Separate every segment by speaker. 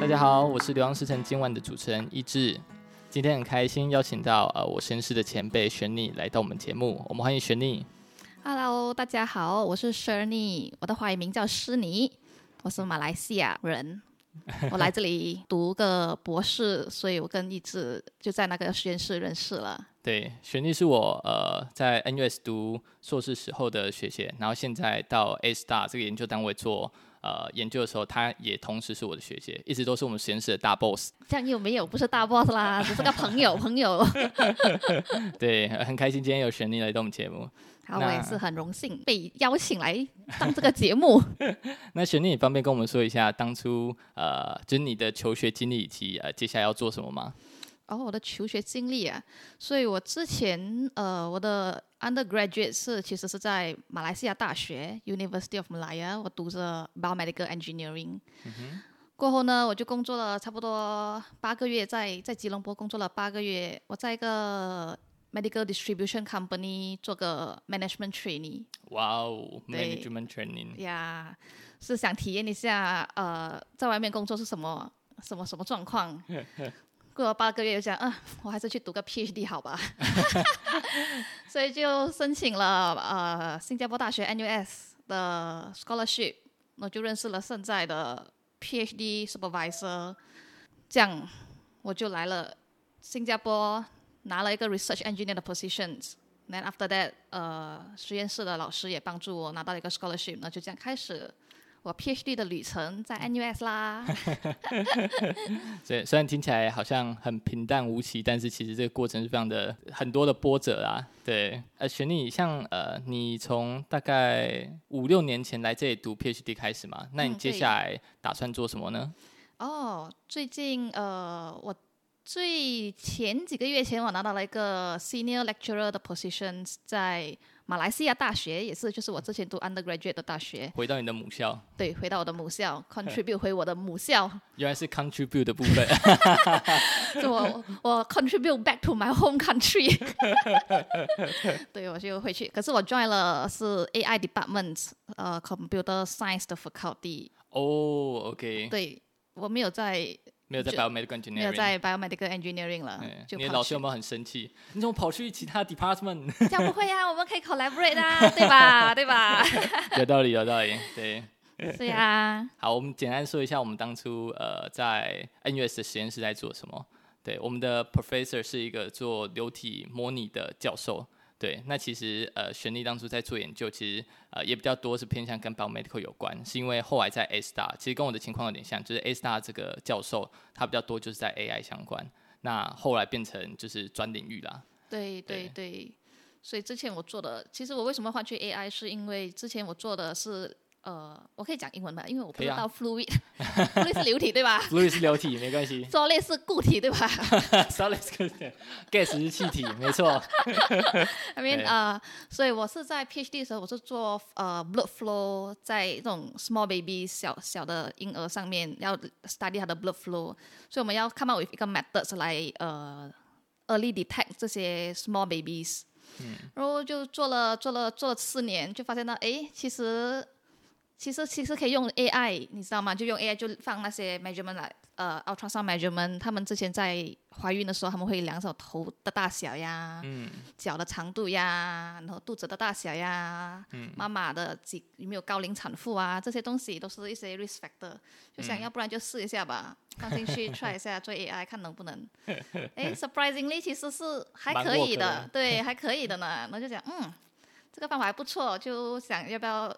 Speaker 1: 大家好，我是流浪师城今晚的主持人一志。今天很开心邀请到呃我绅士的前辈玄妮来到我们节目，我们欢迎玄妮。
Speaker 2: Hello，大家好，我是 Shirley，我的华语名叫施妮，我是马来西亚人，我来这里读个博士，所以我跟一直就在那个实验室认识了。
Speaker 1: 对，玄妮是我呃在 NUS 读硕士时候的学姐，然后现在到 A Star 这个研究单位做呃研究的时候，她也同时是我的学姐，一直都是我们实验室的大 boss。
Speaker 2: 这样又没有不是大 boss 啦，只是个朋友朋友。
Speaker 1: 对，很开心今天有玄妮来到我们节目。
Speaker 2: 好，
Speaker 1: 那
Speaker 2: 我也是很荣幸被邀请来上这个节目。
Speaker 1: 那玄妮，你方便跟我们说一下当初呃就是你的求学经历以及呃接下来要做什么吗？
Speaker 2: 然后我的求学经历啊，所以我之前呃，我的 undergraduate 是其实是在马来西亚大学 University of Malaya，我读着 biomedical engineering。过后呢，我就工作了差不多八个月在，在吉隆坡工作了八个月，我在一个 medical distribution company 做个 management trainee。
Speaker 1: 哇哦
Speaker 2: 对
Speaker 1: ，management training。
Speaker 2: 呀是想体验一下呃，在外面工作是什么什么什么状况。过了八个月，就想，嗯、我还是去读个 PhD 好吧， 所以就申请了呃新加坡大学 NUS 的 scholarship，我就认识了现在的 PhD supervisor，这样我就来了新加坡，拿了一个 research engineer 的 positions，Then after that，呃，实验室的老师也帮助我拿到了一个 scholarship，那就这样开始我 PhD 的旅程在 NUS 啦。
Speaker 1: 对，虽然听起来好像很平淡无奇，但是其实这个过程是非常的很多的波折啊。对，呃，雪妮，像呃，你从大概五六年前来这里读 PhD 开始嘛，那你
Speaker 2: 嗯
Speaker 1: 接
Speaker 2: 对
Speaker 1: 下来打算做什么呢？
Speaker 2: 哦，最近呃，我最前几个月前我拿到了一个 senior lecturer 的 position，在马来西亚大学，也是就是我之前读 undergraduate 的大学，
Speaker 1: 回到你的母校，
Speaker 2: 对，回到我的母校，contribute 回我的母校，
Speaker 1: 原来是 contribute 的部 分。
Speaker 2: 就我我 contribute back to my home country，对，我就回去。可是我 join 了是 AI department，呃，computer science 的 faculty，
Speaker 1: 哦、o k
Speaker 2: 对我没有在
Speaker 1: 没有在
Speaker 2: 就
Speaker 1: biomedical
Speaker 2: 没有
Speaker 1: engineering。
Speaker 2: 在 biomedical engineering 了
Speaker 1: 嗯，
Speaker 2: 就
Speaker 1: 你的
Speaker 2: 跑
Speaker 1: 老师
Speaker 2: 去
Speaker 1: 有没有很生 气？你怎么跑去其他 department？
Speaker 2: 这样不会啊，我们可以 collaborate 啊，对吧？对吧？
Speaker 1: 有道理，有道理。对，
Speaker 2: 对啊，
Speaker 1: 好，我们简单说一下我们当初呃在 NUS 的实验室在做什么。对，我们的 professor 是一个做流体模拟的教授。对，那其实呃，玄丽当初在做研究，其实呃也比较多是偏向跟 biomedical 有关，是因为后来在 A star，其实跟我的情况有点像，就是 A star 这个教授他比较多就是在 AI 相关，那后来变成就是专领域啦。
Speaker 2: 对对对，所以之前我做的，其实我为什么换去 AI，是因为之前我做的是。呃，我可以讲英文吧，因为我不
Speaker 1: 可以
Speaker 2: 知
Speaker 1: 啊
Speaker 2: 道 fluid，fluid、是流体对吧？
Speaker 1: Fluid 是流体，没关系
Speaker 2: solid 是固体对吧
Speaker 1: ，solid 是 gas 是气体，没错。
Speaker 2: ？I mean
Speaker 1: 对
Speaker 2: 呃，所以我是在 PhD 的时候，我是做呃 blood flow，在这种 small baby 小小的婴儿上面要 study 它的 blood flow，所以我们要 come up with 一个 methods 来呃 early detect 这些 small babies。然后就做了做了做了四年，就发现到诶，其实其实其实可以用 AI，你知道吗？就用 AI 就放那些 measurement 来，呃，ultrasound measurement，他们之前在怀孕的时候，他们会量手头的大小呀，
Speaker 1: 嗯，
Speaker 2: 脚的长度呀，然后肚子的大小呀，嗯，妈妈的几有没有高龄产妇啊，这些东西都是一些 risk factor，就
Speaker 1: 嗯
Speaker 2: 想要不然就试一下吧，放 进去 try 一下做 AI 看能不能。哎，surprisingly 其实是还
Speaker 1: 蛮
Speaker 2: 可
Speaker 1: work
Speaker 2: 以
Speaker 1: 的
Speaker 2: 的，对，还可以的 呢。然后就讲，嗯，这个方法还不错，就想要不要就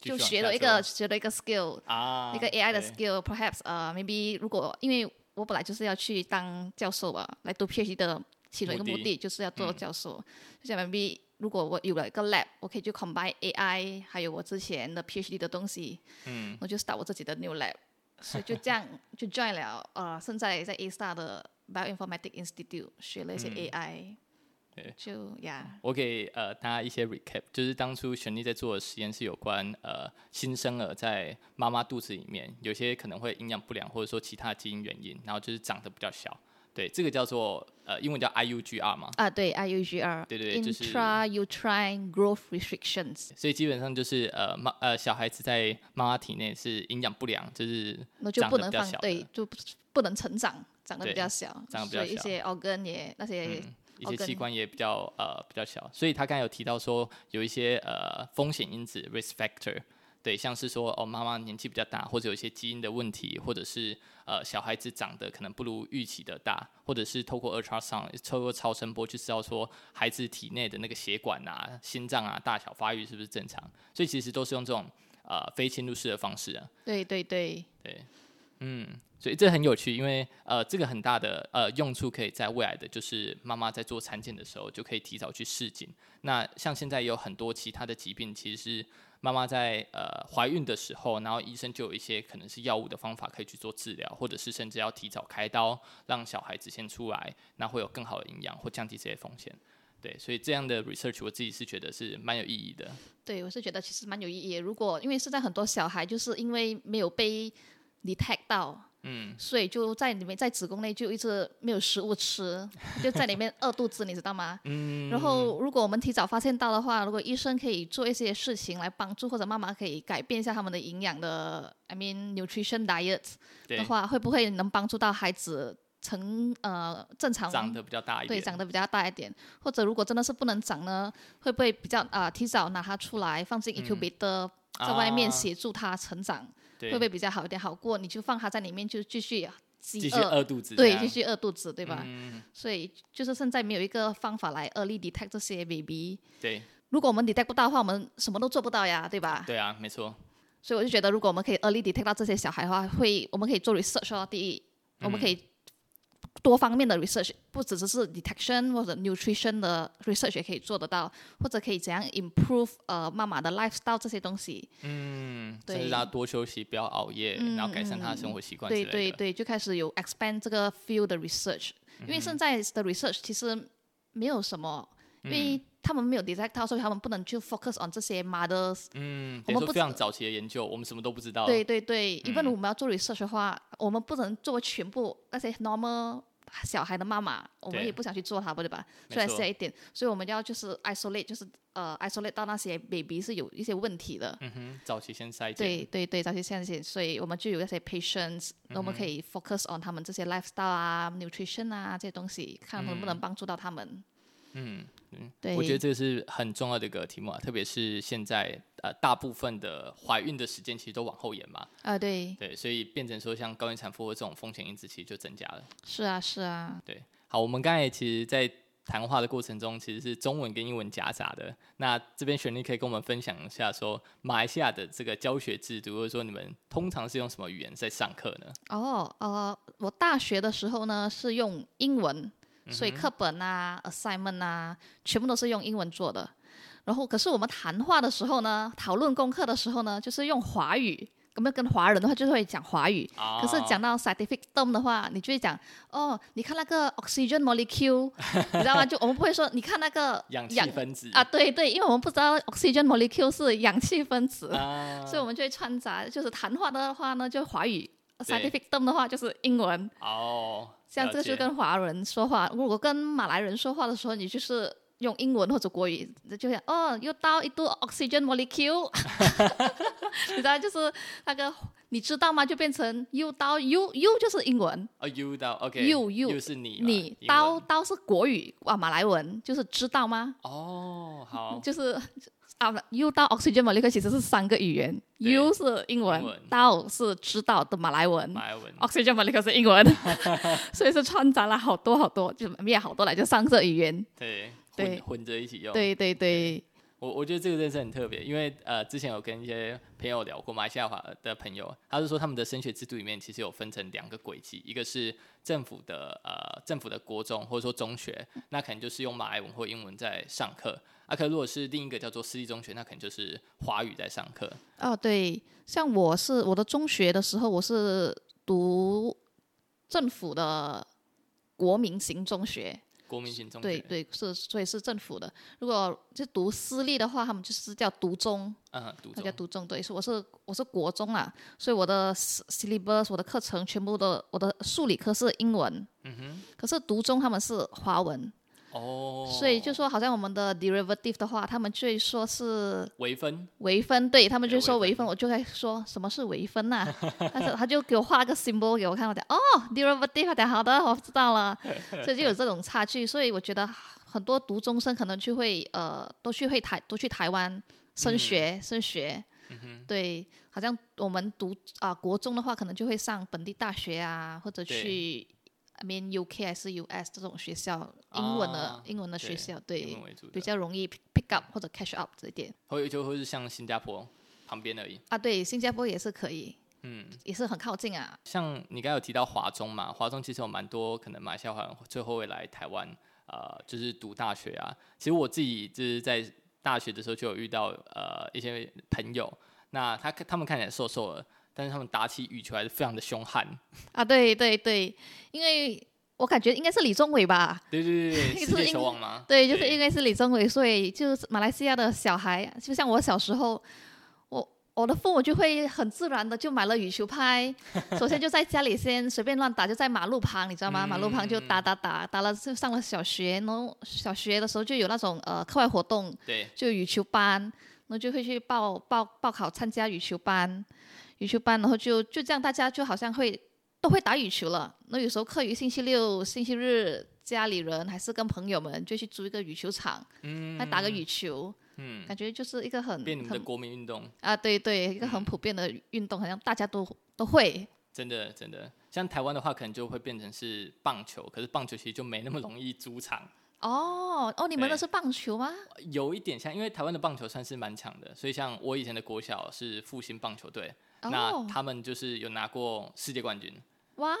Speaker 1: 继续往
Speaker 2: 学
Speaker 1: 下
Speaker 2: 了一
Speaker 1: 做
Speaker 2: 个学了一个 skill，
Speaker 1: 啊
Speaker 2: 那个 AI 的
Speaker 1: 对
Speaker 2: skill，perhaps 呃，maybe 如果因为我本来就是要去当教授啊吧，来读 PhD 的其中一个
Speaker 1: 目的嗯
Speaker 2: 目的就是要做教授，就想 maybe 如果我有了一个 lab，我可以去 combine AI 还有我之前的 PhD 的东西，
Speaker 1: 嗯，
Speaker 2: 我就 start 我自己的 new lab，所以就 这样就 join 了呃，现在在 A Star 的 Bioinformatics Institute 学了一些 AI，、
Speaker 1: 嗯对
Speaker 2: 就呀
Speaker 1: 我给呃大家一些 recap，就是当初玄丽在做的实验是有关呃新生儿在妈妈肚子里面有些可能会营养不良，或者说其他基因原因，然后就是长得比较小。对，这个叫做呃，英文叫 IUGR 嘛，
Speaker 2: 啊，对，IUGR，
Speaker 1: 对对就是
Speaker 2: intrauterine growth restrictions，
Speaker 1: 所以基本上就是呃妈呃小孩子在妈妈体内是营养不良，就是
Speaker 2: 那就
Speaker 1: 长
Speaker 2: 不
Speaker 1: 得
Speaker 2: 能
Speaker 1: 比较
Speaker 2: 放
Speaker 1: 小，的
Speaker 2: 对，就不不能成长，长得比
Speaker 1: 对
Speaker 2: 较小，
Speaker 1: 长得比
Speaker 2: 所
Speaker 1: 较
Speaker 2: 以一
Speaker 1: 小
Speaker 2: 些 organ 也那些
Speaker 1: 嗯一些
Speaker 2: organ
Speaker 1: 器官也比较呃比较小，所以他刚才有提到说有一些呃风险因子 risk factor，对，像是说哦妈妈年纪比较大，或者有一些基因的问题，或者是呃小孩子长得可能不如预期的大，或者是透过 ultrasound 透过超声波去知道说孩子体内的那个血管啊、心脏啊大小发育是不是正常，所以其实都是用这种呃非侵入式的方式啊，
Speaker 2: 对对对，
Speaker 1: 对，嗯，所以这很有趣，因为呃，这个很大的呃用处可以在未来的就是妈妈在做产检的时候就可以提早去试警。那像现在也有很多其他的疾病，其实是妈妈在呃怀孕的时候，然后医生就有一些可能是药物的方法可以去做治疗，或者是甚至要提早开刀，让小孩子先出来，那会有更好的营养或降低这些风险。对，所以这样的 research 我自己是觉得是蛮有意义的。
Speaker 2: 对，我是觉得其实蛮有意义的。如果因为现在很多小孩就是因为没有被 detect 到，嗯，所以就在里面在子宫内就一直没有食物吃，就在里面饿肚子，你知道吗？嗯。然后如果我们提早发现到的话，如果医生可以做一些事情来帮助，或者妈妈可以改变一下他们的营养的，I mean nutrition diet
Speaker 1: 对
Speaker 2: 的，话，会不会能帮助到孩子成呃正常
Speaker 1: 长得比较大一
Speaker 2: 对，
Speaker 1: 点，
Speaker 2: 长得比较大一点，或者如果真的是不能长呢，会不会比较啊、提早拿它出来放
Speaker 1: 嗯
Speaker 2: 进 incubator，、在外面
Speaker 1: 啊
Speaker 2: 协助它成长，
Speaker 1: 对
Speaker 2: 会不会比较好一点？好过你就放它在里面就继续啊
Speaker 1: 继
Speaker 2: 饥
Speaker 1: 续
Speaker 2: 饿，
Speaker 1: 饿肚子这
Speaker 2: 对，
Speaker 1: 样，嗯
Speaker 2: 继续饿肚子，对吧？所以就是现在没有一个方法来 early detect 这些 baby。
Speaker 1: 对
Speaker 2: 如果我们 detect 不到的话，我们什么都做不到呀，对吧？
Speaker 1: 对啊，没错。
Speaker 2: 所以我就觉得，如果我们可以 early detect 到这些小孩的话，会我们可以做 research 哦。第一，我们可以多方面的 research，不只只是 detection 或者 nutrition 的 research 也可以做得到，或者可以怎样 improve 呃妈妈的 lifestyle 这些东西。
Speaker 1: 嗯，甚至
Speaker 2: 对嗯
Speaker 1: 让他多休息，不要熬夜，然后改善他的生活习惯之
Speaker 2: 对
Speaker 1: 类的。
Speaker 2: 对对，就开始有 expand 这个 field 的 research，因为现在的 research 其实没有什么，因为他们没有 detect 到，所以他们不能去 focus on 这些 mothers
Speaker 1: 嗯，
Speaker 2: 我
Speaker 1: 等于
Speaker 2: 们
Speaker 1: 说
Speaker 2: 不
Speaker 1: 非常早期的研究，我们什么都不知道。
Speaker 2: 对对对，一
Speaker 1: 嗯
Speaker 2: 般我们要做 research 的话，我们不能做全部那些 normal 小孩的妈妈，我们
Speaker 1: 对
Speaker 2: 也不想去做它，对吧？
Speaker 1: 没
Speaker 2: 虽然
Speaker 1: 错
Speaker 2: 是一点，所以我们要就是 isolate，就是呃 isolate 到那些 baby 是有一些问题的。
Speaker 1: 嗯哼，早期先筛检。
Speaker 2: 对对对，早期现在，所以我们就有那些 patients，
Speaker 1: 嗯
Speaker 2: 那我们可以 focus on 他们这些 lifestyle 啊、nutrition 啊这些东西，看能不能帮助到他们。
Speaker 1: 嗯嗯，
Speaker 2: 对，
Speaker 1: 我觉得这个是很重要的一个题目啊，特别是现在呃大部分的怀孕的时间其实都往后延嘛，
Speaker 2: 啊、对，
Speaker 1: 对，所以变成说像高孕产妇或这种风险因子其实就增加了。
Speaker 2: 是啊是啊，
Speaker 1: 对，好，我们刚才其实，在谈话的过程中，其实是中文跟英文夹杂的。那这边旋律可以跟我们分享一下说，马来西亚的这个教学制度，或者说你们通常是用什么语言在上课呢？
Speaker 2: 哦，呃，我大学的时候呢是用英文，所以课本啊、assignment 啊，全部都是用英文做的。然后，可是我们谈话的时候呢，讨论功课的时候呢，就是用华语。我们跟华人的话就会讲华语，
Speaker 1: 啊
Speaker 2: 可是讲到 scientific term 的话，你就会讲哦，你看那个 oxygen molecule，你 知道吗？就我们不会说你看那个
Speaker 1: 氧气
Speaker 2: 氧
Speaker 1: 分子
Speaker 2: 啊，对对，因为我们不知道 oxygen molecule 是氧气分子。
Speaker 1: 啊
Speaker 2: 所以我们就会掺杂，就是谈话的话呢，就华语；scientific term 的话就是英文。
Speaker 1: 哦，
Speaker 2: 像
Speaker 1: 了
Speaker 2: 这个就
Speaker 1: 解
Speaker 2: 跟华人说话，如果跟马来人说话的时候，你就是用英文或者国语，就像哦，又到一度 oxygen molecule，你知道就是那个你知道吗？就变成 you 到 you you 就是英文，
Speaker 1: 哦 you 到 OK
Speaker 2: you- you-
Speaker 1: 是你嘛
Speaker 2: 你
Speaker 1: 英
Speaker 2: 到
Speaker 1: 文
Speaker 2: 到是国语哇，马来文就是知道吗？
Speaker 1: 哦好
Speaker 2: 就是啊，U 到 oxygen molecule 其实是三个语言
Speaker 1: 对
Speaker 2: ，U 是英文
Speaker 1: 英文
Speaker 2: 到是知道的马来文
Speaker 1: 马来文
Speaker 2: ，oxygen molecule 是英文， 所以是掺杂了好多好多，就没有好多了，就三个语言。
Speaker 1: 对混
Speaker 2: 对
Speaker 1: 混着一起用
Speaker 2: 对对对，
Speaker 1: 我我觉得这个真的是很特别，因为呃，之前有跟一些朋友聊过马来西亚华的朋友，他是说他们的升学制度里面其实有分成两个轨迹，一个是政府的呃政府的国中或者说中学，那可能就是用马来文或英文在上课；啊，可如果是另一个叫做私立中学，那可能就是华语在上课。
Speaker 2: 哦对，像我是我的中学的时候，我是读政府的国民型中学，
Speaker 1: 国民型中
Speaker 2: 对
Speaker 1: 学，
Speaker 2: 对，是所以是政府的。如果就读私立的话，他们就是叫读中，
Speaker 1: 嗯，读
Speaker 2: 他叫
Speaker 1: 中，
Speaker 2: 读中。对，是我是我是国中啦，所以我的 sy- syllabus 我的课程全部都我的数理科是英文，
Speaker 1: 嗯哼，
Speaker 2: 可是读中他们是华文，
Speaker 1: 哦，
Speaker 2: 所以就说好像我们的 derivative 的话，他们就会说是
Speaker 1: 微分，
Speaker 2: 微分，对他们
Speaker 1: 对
Speaker 2: 就说
Speaker 1: 哎微
Speaker 2: 微分，我就在说什么是微分呐、 但是他就给我画个 symbol 给我看，我讲哦，derivative，我讲好的，我知道了， 所以就有这种差距，所以我觉得很多读中生可能就会呃，都去会台都去台湾升学、
Speaker 1: 嗯
Speaker 2: 升学，对，好像我们读啊、国中的话，可能就会上本地大学啊，或者
Speaker 1: 对
Speaker 2: 去 I mean UK 还是 US 这种学校，英文的、
Speaker 1: 啊
Speaker 2: 英文的
Speaker 1: 对
Speaker 2: 学校，
Speaker 1: 英
Speaker 2: 对
Speaker 1: 文，为主
Speaker 2: 比
Speaker 1: 的，
Speaker 2: 较容易 pick up 或者 catch up 这一点。
Speaker 1: 或就或是像新加坡旁边而已，
Speaker 2: 啊，对，新加坡也是可以，
Speaker 1: 嗯，
Speaker 2: 也是很靠近啊。
Speaker 1: 像你刚才有提到华中嘛，华中其实有蛮多可能马来西亚华人最后会来台湾，呃，就是读大学啊。其实我自己就是在大学的时候就有遇到呃一些朋友，那他他们看起来瘦瘦的，但是他们打起羽球来是非常的凶悍。
Speaker 2: 啊，对对对，因为我感觉应该是李宗伟吧，
Speaker 1: 对对 对对，
Speaker 2: 是
Speaker 1: 世界
Speaker 2: 因
Speaker 1: 球王吗？
Speaker 2: 对，就是因为是李宗伟，所以就是马来西亚的小孩，就像我小时候，我我的父母就会很自然的就买了羽球拍，首先就在家里先随便乱打，就在马路旁，你知道吗？马路旁就打打打，打了就上了小学，然后小学的时候就有那种呃课外活动，
Speaker 1: 对，
Speaker 2: 就羽球班，然后就会去报报报考参加羽球班，羽球班，然后就就这样，大家就好像会都会打羽球了。那有时候课余星期六、星期日，家里人还是跟朋友们就去租一个羽球场
Speaker 1: 嗯
Speaker 2: 来打个羽球，
Speaker 1: 嗯，
Speaker 2: 感觉就是一个很
Speaker 1: 变你们的
Speaker 2: 很
Speaker 1: 国民运动。
Speaker 2: 啊，对对，一个很普遍的运动，好像大家都都会。
Speaker 1: 真的真的，像台湾的话，可能就会变成是棒球，可是棒球其实就没那么容易租场，
Speaker 2: 哦哦，你们
Speaker 1: 对
Speaker 2: 那是棒球吗？
Speaker 1: 有一点像，因为台湾的棒球算是蛮强的，所以像我以前的国小是复兴棒球队，那
Speaker 2: 哦，
Speaker 1: 他们就是有拿过世界冠军，
Speaker 2: 哇，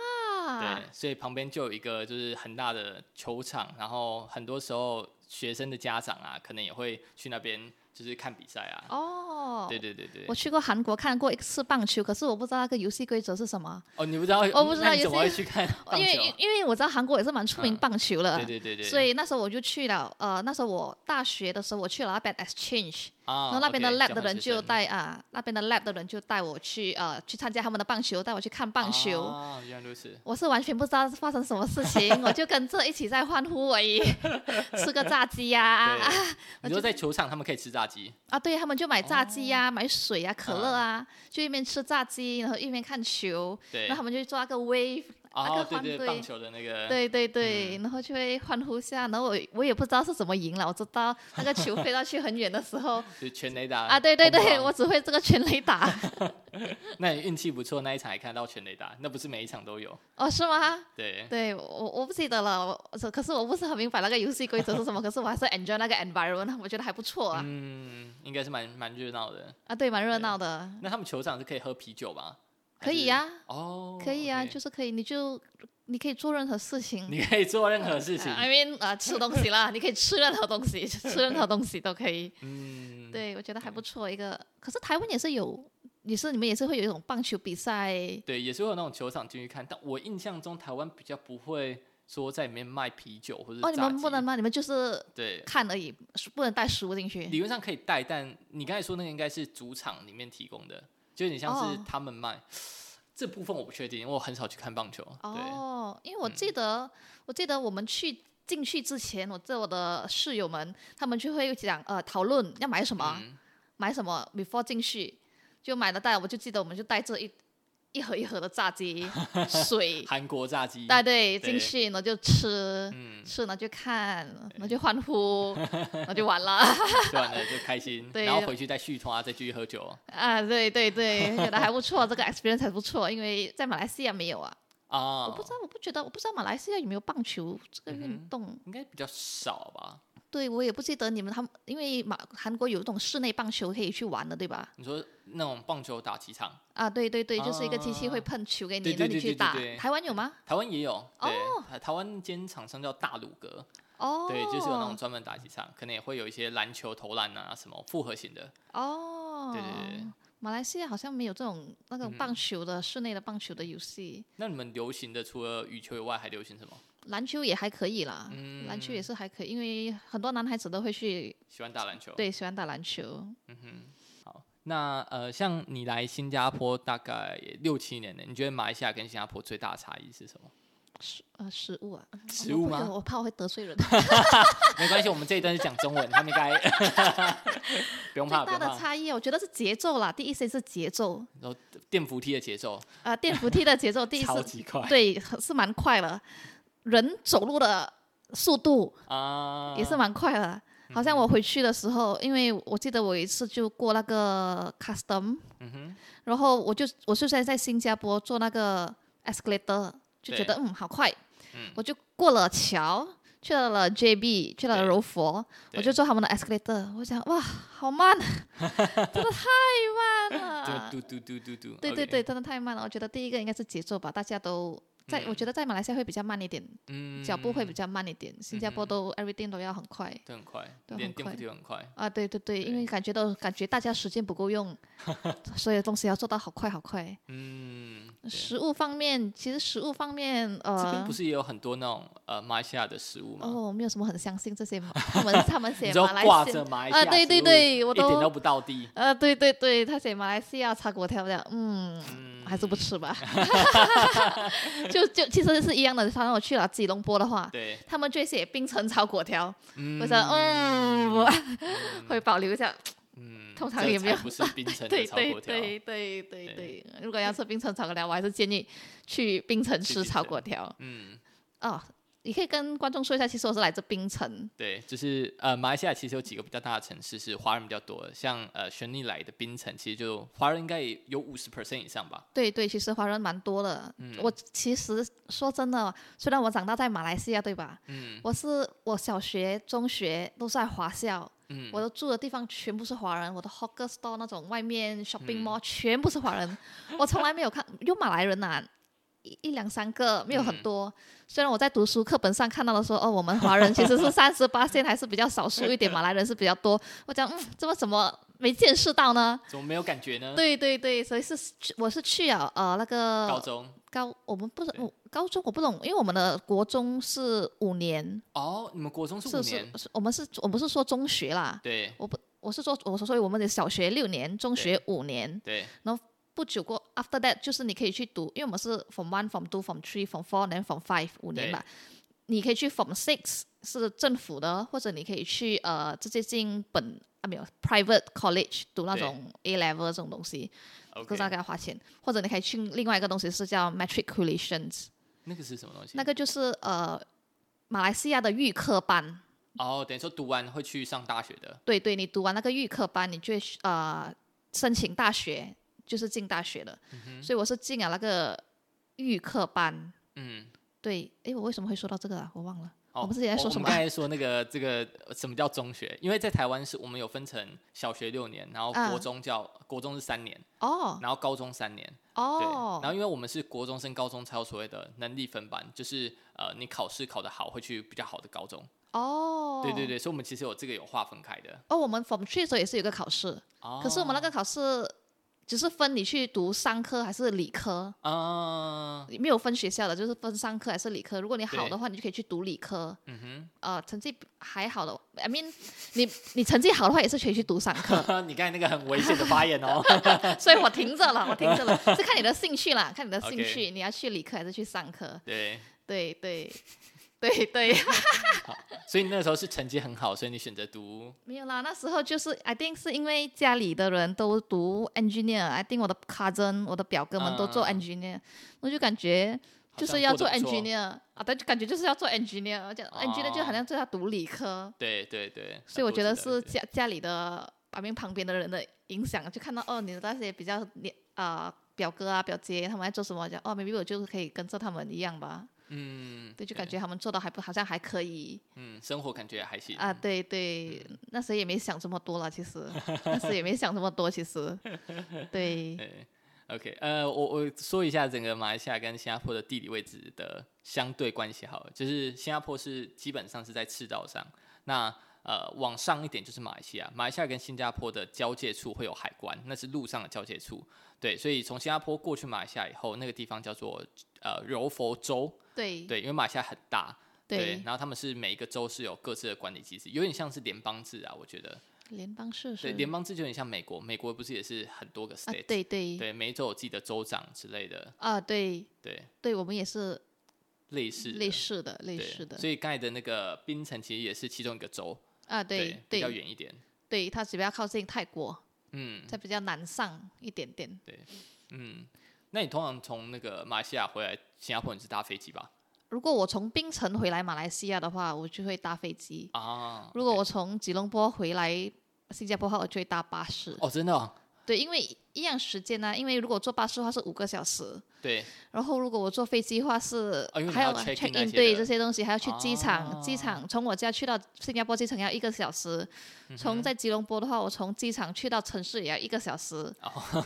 Speaker 2: 啊
Speaker 1: 对，所以旁边就有一个就是很大的球场，然后很多时候学生的家长啊，可能也会去那边就是看比赛啊，
Speaker 2: 哦，
Speaker 1: 对对对对
Speaker 2: 我，去过韩国看过一次棒球，可是我不知道那个游戏规则是什么。
Speaker 1: 哦，你不知道，
Speaker 2: 我不知
Speaker 1: 那
Speaker 2: 道
Speaker 1: 你
Speaker 2: 也
Speaker 1: 怎么
Speaker 2: 是
Speaker 1: 会去看棒
Speaker 2: 因为
Speaker 1: 球
Speaker 2: 因？因为我知道韩国也是蛮出名
Speaker 1: 嗯
Speaker 2: 棒球的，
Speaker 1: 对对对对，
Speaker 2: 所以那时候我就去了。呃，那时候我大学的时候我去了那边 exchange，、
Speaker 1: 啊
Speaker 2: 然后那边的
Speaker 1: OK，
Speaker 2: lab
Speaker 1: 交
Speaker 2: 的
Speaker 1: 换
Speaker 2: 人
Speaker 1: 学
Speaker 2: 就
Speaker 1: 生
Speaker 2: 带啊，那边的 lab 的人就带我去呃去参加他们的棒球，带我去看棒球。
Speaker 1: 啊，原来如此，
Speaker 2: 我是完全不知道发生什么事情，我就跟着一起在欢呼而已，吃个炸鸡呀、啊，
Speaker 1: 对， 你说在球场他们可以吃炸鸡，
Speaker 2: 对他们就买炸鸡
Speaker 1: 哦
Speaker 2: 呀、买水呀、可乐啊，就一边吃炸鸡，然后一边看球，
Speaker 1: 对
Speaker 2: 然后，他们就啊抓个 wave，那
Speaker 1: 哦
Speaker 2: 个
Speaker 1: 对对，
Speaker 2: 换队
Speaker 1: 棒球的那个，
Speaker 2: 对对对，
Speaker 1: 嗯
Speaker 2: 然后就会欢呼下，然后我我也不知道是怎么赢了，我知道那个球飞到去很远的时候
Speaker 1: 就全雷达
Speaker 2: 啊，对对
Speaker 1: 轰
Speaker 2: 对，
Speaker 1: 爆
Speaker 2: 我只会这个全 垒打
Speaker 1: 那你运气不错，那一场还看到全雷达，那不是每一场都有。
Speaker 2: 哦，是吗？
Speaker 1: 对，
Speaker 2: 对我我不记得了，我我可是我不是很明白那个游戏规则是什么，可是我还是 enjoy 那个 environment，我觉得还不错啊，
Speaker 1: 嗯，应该是蛮蛮热闹的。
Speaker 2: 啊对，蛮热闹的，
Speaker 1: 那他们球场是可以喝啤酒吧？
Speaker 2: 可以
Speaker 1: 呀、
Speaker 2: 呀、
Speaker 1: 哦，
Speaker 2: 可以呀、
Speaker 1: OK
Speaker 2: 就是可以，你就你可以做任何事情。
Speaker 1: 你可以做任何事情
Speaker 2: 啊。I mean 啊，吃东西 啦，你可以吃任何东西，吃任何东西都可以。
Speaker 1: 嗯，
Speaker 2: 对，我觉得还不错。一个，可是台湾也是有，也是你们也是会有一种棒球比赛
Speaker 1: 对，也是会有那种球场进去看，但我印象中台湾比较不会说在里面卖啤酒或者
Speaker 2: 哦，你
Speaker 1: 炸
Speaker 2: 们
Speaker 1: 鸡
Speaker 2: 不能吗？你们就是
Speaker 1: 对。
Speaker 2: 看而已，不能带食物进去。
Speaker 1: 理论上可以带，但你刚才说那个应该是主场里面提供的，就有点像是
Speaker 2: 哦
Speaker 1: 他们卖。这部分我不确定，因为我很少去看棒球。对，嗯
Speaker 2: 哦，因为我记得，我记得我们去进去之前，我这我的室友们他们就会讲呃讨论要买什么，
Speaker 1: 嗯
Speaker 2: 买什么 before 进去就买了带，我就记得我们就带这一一盒一盒的 炸鸡水。
Speaker 1: 韩国炸鸡，
Speaker 2: 带对
Speaker 1: 对
Speaker 2: 进去，然后就吃，
Speaker 1: 嗯，
Speaker 2: 吃了就看，然后就欢呼，然后就完了。
Speaker 1: 吃完了就开心，
Speaker 2: 对
Speaker 1: 然后回去再续团啊，再继续喝酒
Speaker 2: 啊，对对对，觉得还不错，这个 experience 还不错，因为在马来西亚没有啊，
Speaker 1: 啊。
Speaker 2: 我不知道，我不觉得，我不知道马来西亚有没有棒球这个
Speaker 1: 嗯
Speaker 2: 运动，
Speaker 1: 应该比较少吧？
Speaker 2: 对我也不记得你们他们，因为马韩国有一种室内棒球可以去玩的，对吧？
Speaker 1: 你说那种棒球打几场，
Speaker 2: 啊，对对对，就是一个机器
Speaker 1: 啊
Speaker 2: 会喷球给
Speaker 1: 对
Speaker 2: 你，
Speaker 1: 对
Speaker 2: 那
Speaker 1: 对
Speaker 2: 你
Speaker 1: 对
Speaker 2: 去
Speaker 1: 对
Speaker 2: 打
Speaker 1: 对。
Speaker 2: 台湾有吗？
Speaker 1: 台湾也有，对，台台湾间厂商叫大鲁格，
Speaker 2: 哦，
Speaker 1: 对，就是有那种专门打几场，可能也会有一些篮球投篮啊什么复合型的，
Speaker 2: 哦，
Speaker 1: 对对对。嗯
Speaker 2: 马来西亚好像没有这种那种棒球的、室内的棒球的游戏
Speaker 1: 那你们流行的除了羽球以外，还流行什么？
Speaker 2: 篮球也还可以啦，
Speaker 1: 嗯
Speaker 2: 篮球也是还可以，因为很多男孩子都会去，
Speaker 1: 喜欢打篮球。，
Speaker 2: 对，喜欢打篮球。
Speaker 1: 嗯哼，好。那呃，像你来新加坡大概也六七年了，你觉得马来西亚跟新加坡最大的差异是什 么？
Speaker 2: 食呃食物啊，
Speaker 1: 食物吗
Speaker 2: 我不我怕我会得 罪人。
Speaker 1: 没关系，我们这一段是讲中文，他们应 该不用
Speaker 2: 最
Speaker 1: 怕，不
Speaker 2: 大
Speaker 1: 用
Speaker 2: 的
Speaker 1: 怕。
Speaker 2: 差异啊，我觉得是节奏啦。第一是是节奏，
Speaker 1: 然后电扶梯的节奏
Speaker 2: 啊，电扶梯的 节奏，第一
Speaker 1: 超
Speaker 2: 是，
Speaker 1: 级 快
Speaker 2: 对，是蛮快了。人走路的速度
Speaker 1: 啊，嗯
Speaker 2: 也是蛮快了。好像我回去的时候，因为我记得我有一次就过那个 custom，、然
Speaker 1: 嗯
Speaker 2: 后我就我是在在新加坡坐那个 escalator，就觉得嗯好快，我就过了桥，去到了 JB，去到了
Speaker 1: 对
Speaker 2: 柔佛，我
Speaker 1: 对
Speaker 2: 就坐他们的 escalator，我想哇好慢，啊 真的太慢了，
Speaker 1: 就嘟嘟嘟嘟嘟，
Speaker 2: 啊对对
Speaker 1: OK
Speaker 2: 对，，真的太慢了。我觉得第一个应该是节奏吧，大家都在，我觉得在马来西亚会比较慢一点，
Speaker 1: 嗯，
Speaker 2: 脚步会比较慢一点。新加坡都 everything 都要很快
Speaker 1: 都很快，
Speaker 2: 都
Speaker 1: 连
Speaker 2: 很
Speaker 1: 电扶
Speaker 2: 快
Speaker 1: 梯都很快，
Speaker 2: 啊，对对对，因为感觉到感觉大家时间不够 用，所有东西要做到好快好快。
Speaker 1: 嗯，对
Speaker 2: 食物方面，其实食物方面，
Speaker 1: 这边
Speaker 2: 呃
Speaker 1: 不。是也有很多那种呃马来西亚的食物吗？
Speaker 2: 哦，我没有什么很相信 这些，他们他们
Speaker 1: 你
Speaker 2: 写
Speaker 1: 知道
Speaker 2: 马来
Speaker 1: 挂
Speaker 2: 西亚
Speaker 1: 着，马来西亚
Speaker 2: 啊对对
Speaker 1: 食物
Speaker 2: 对我
Speaker 1: 一点
Speaker 2: 都
Speaker 1: 都不到地，
Speaker 2: 呃，对对对，他写马来西亚炒粿条的，嗯，
Speaker 1: 嗯，
Speaker 2: 还是不吃吧， 就就其实是一样的。反正我去了吉隆坡的话，
Speaker 1: 对，
Speaker 2: 他们就会写冰城炒粿条，
Speaker 1: 嗯
Speaker 2: 我想，嗯，我会保留一下。
Speaker 1: 嗯
Speaker 2: 通常
Speaker 1: 这
Speaker 2: 也没有
Speaker 1: 才不是冰城的
Speaker 2: 对
Speaker 1: 炒粿
Speaker 2: 对
Speaker 1: 条，
Speaker 2: 对对对
Speaker 1: 对
Speaker 2: 对，如果要吃冰城炒粿条，我还是建议去冰城
Speaker 1: 去
Speaker 2: 吃
Speaker 1: 槟
Speaker 2: 炒
Speaker 1: 城
Speaker 2: 粿条。
Speaker 1: 嗯，
Speaker 2: 哦，你可以跟观众说一下，其实我是来自冰城。
Speaker 1: 对，就是呃马来西亚其实有几个比较大的城市是华人比较多的，像呃雪尼来的槟城，其实就华人应该也有五十 percent 以上吧，
Speaker 2: 对对，其实华人蛮多的。
Speaker 1: 嗯
Speaker 2: 我其实说真的，虽然我长大在马来西亚，对吧？
Speaker 1: 嗯
Speaker 2: 我是我小学、中学都是在华校，
Speaker 1: 嗯，
Speaker 2: 我的住的地方全部是华人，我的 hawker store 那种外面 shopping
Speaker 1: 嗯
Speaker 2: mall、全部是华人，我从来没有看有马来人呐、一一两三个，没有很
Speaker 1: 嗯
Speaker 2: 多。虽然我在读书课本上看到的说，哦，我们华人其实是三十八线还是比较少数 一点，马来人是比较多。我讲，嗯，这么怎么没见识到呢？
Speaker 1: 怎么没有感觉呢？
Speaker 2: 对对对，所以是去我是去了呃那个
Speaker 1: 高中
Speaker 2: 高我们不是
Speaker 1: 对
Speaker 2: 高中我不懂，因为我们的国中是五年，
Speaker 1: 哦，你们国中是五
Speaker 2: 是是
Speaker 1: 年，
Speaker 2: 是我们是我们是说中学啦，
Speaker 1: 对
Speaker 2: 我不，我是说，我是所以我们的小学六年，中学五年，
Speaker 1: 对，
Speaker 2: 不久过 after that 就是你可以去读，因为我们是 from one, from two, from three, from four, then from five 五年吧，你可以去 from six 是政府的，或者你可以去呃直接进本啊没有 private college 读那
Speaker 1: 对
Speaker 2: 种 A level 这种东西，可
Speaker 1: OK，
Speaker 2: 是那个要花钱，或者你可以去另外一个东西是叫 matriculations，
Speaker 1: 那个是什么东西？
Speaker 2: 那个就是呃马来西亚的预科班。
Speaker 1: 哦，等于说读完会去上大学的，
Speaker 2: 对对，你读完那个预科班，你就会呃申请大学，就是进大学了。所以我是进了那个预科班。
Speaker 1: 嗯，
Speaker 2: 对，诶，我为什么会说到这个啊？我忘了。
Speaker 1: 哦，
Speaker 2: 我们之前在说什
Speaker 1: 我
Speaker 2: 么
Speaker 1: 们刚才说那个这个呃什么叫中学？因为在台湾是我们有分成小学六年，然后
Speaker 2: 啊
Speaker 1: 国中叫、国中是三年，
Speaker 2: 哦
Speaker 1: 然后高中三年，对。然后
Speaker 2: 哦，
Speaker 1: 因为我们是国中升高中才有所谓的能力分班，就是呃你考试考得好会去比较好的高中，
Speaker 2: 哦，
Speaker 1: 对对。对，所以我们其实有这个有划分开的。
Speaker 2: 哦，我们 form three 的时候也是有个考试，
Speaker 1: 哦
Speaker 2: 可是我们那个考试只是分你去读商科还是理科，
Speaker 1: 啊、
Speaker 2: 没有分学校的，就是分商科还是理科。如果你好
Speaker 1: 对
Speaker 2: 的话，你就可以去读理科。
Speaker 1: 嗯
Speaker 2: 呃，成绩还好的，I mean，你你成绩好的话也是可以去读商 科。
Speaker 1: 哼，啊你刚才那个很危险的发言 哦。
Speaker 2: 所以我停着了，我停 着了，是看你的兴趣啦，看你的兴
Speaker 1: OK
Speaker 2: 趣你要去理科还是去上课？
Speaker 1: 对，
Speaker 2: 对对对对，
Speaker 1: 所以你那个时候是成绩很好，所以你选择读
Speaker 2: 没有啦，那时候就是 I think 是因为家里的人都读 engineer，I think 我的 cousin 我的表哥们都做
Speaker 1: 嗯
Speaker 2: engineer，、我就感觉。
Speaker 1: 好
Speaker 2: 就是
Speaker 1: 像
Speaker 2: 要
Speaker 1: 过
Speaker 2: 做
Speaker 1: 得不错哦
Speaker 2: engineer 啊，但就感觉就是要做 engineer，而且 engineer 就好像就要读理科，
Speaker 1: 对对对，
Speaker 2: 所以我
Speaker 1: 多
Speaker 2: 觉得
Speaker 1: 指导
Speaker 2: 是
Speaker 1: 一点
Speaker 2: 家家里的旁边旁边的人的影响，就看到哦，你的那些比较年啊、表哥啊表姐他们在做什么，讲哦，maybe 我就是可以跟着他们一样吧，
Speaker 1: 嗯，
Speaker 2: 对，就感觉他们做的还不好像还可以
Speaker 1: 嗯，生活感觉还行
Speaker 2: 啊，对对，那时候也没想这么多了，其实那时候也没想这么多，其实对，
Speaker 1: 对，OK，呃，我我说一下整个马来西亚跟新加坡的地理位置的相对关系好了，就是新加坡是基本上是在赤道上，那呃往上一点就是马来西亚，马来西亚跟新加坡的交界处会有海关，那是陆上的交界处。对，所以从新加坡过去马来西亚以后，那个地方叫做呃柔佛州。
Speaker 2: 对
Speaker 1: 对，因为马来西亚很大，
Speaker 2: 对，
Speaker 1: 然后他们是每一个州是有各自的管理机制，有点像是联邦制啊，我觉得。
Speaker 2: 联邦设施
Speaker 1: 对，联邦制就有点像美国，美国不是也是很多个
Speaker 2: 啊
Speaker 1: state，、，
Speaker 2: 对对
Speaker 1: 对，每一州有自己的州长之类的，
Speaker 2: 啊对
Speaker 1: 对，
Speaker 2: 对，我们也是
Speaker 1: 类似的
Speaker 2: 类似的类
Speaker 1: 对
Speaker 2: 似的
Speaker 1: 所以刚才的那个槟城其实也是其中一个州，
Speaker 2: 啊，对
Speaker 1: 比较
Speaker 2: 对
Speaker 1: 远一点，
Speaker 2: 对，它比较靠近泰国，
Speaker 1: 嗯
Speaker 2: 它比较南上一点点。
Speaker 1: 嗯。那你通常从那个马来西亚回来新加坡，你是搭飞机吧？
Speaker 2: 如果我从槟城回来马来西亚的话，我就会搭飞机；
Speaker 1: 啊，
Speaker 2: 如果
Speaker 1: OK
Speaker 2: 我从吉隆坡回来新加坡的话，我就会搭巴士。
Speaker 1: 哦，真的哦、
Speaker 2: 对，因为一样时间呢、啊因为如果坐巴士的话是五个小时，
Speaker 1: 对，
Speaker 2: 然后如果我坐飞机的话是、
Speaker 1: 哦因为你
Speaker 2: 还
Speaker 1: 要
Speaker 2: 有
Speaker 1: check in
Speaker 2: check
Speaker 1: 那
Speaker 2: in
Speaker 1: 些
Speaker 2: 对
Speaker 1: 的
Speaker 2: 这些东西，还要去机场，
Speaker 1: 哦。
Speaker 2: 机场从我家去到新加坡机场要一个小时，从在吉隆坡的话，我从机场去到城市也要一个小时，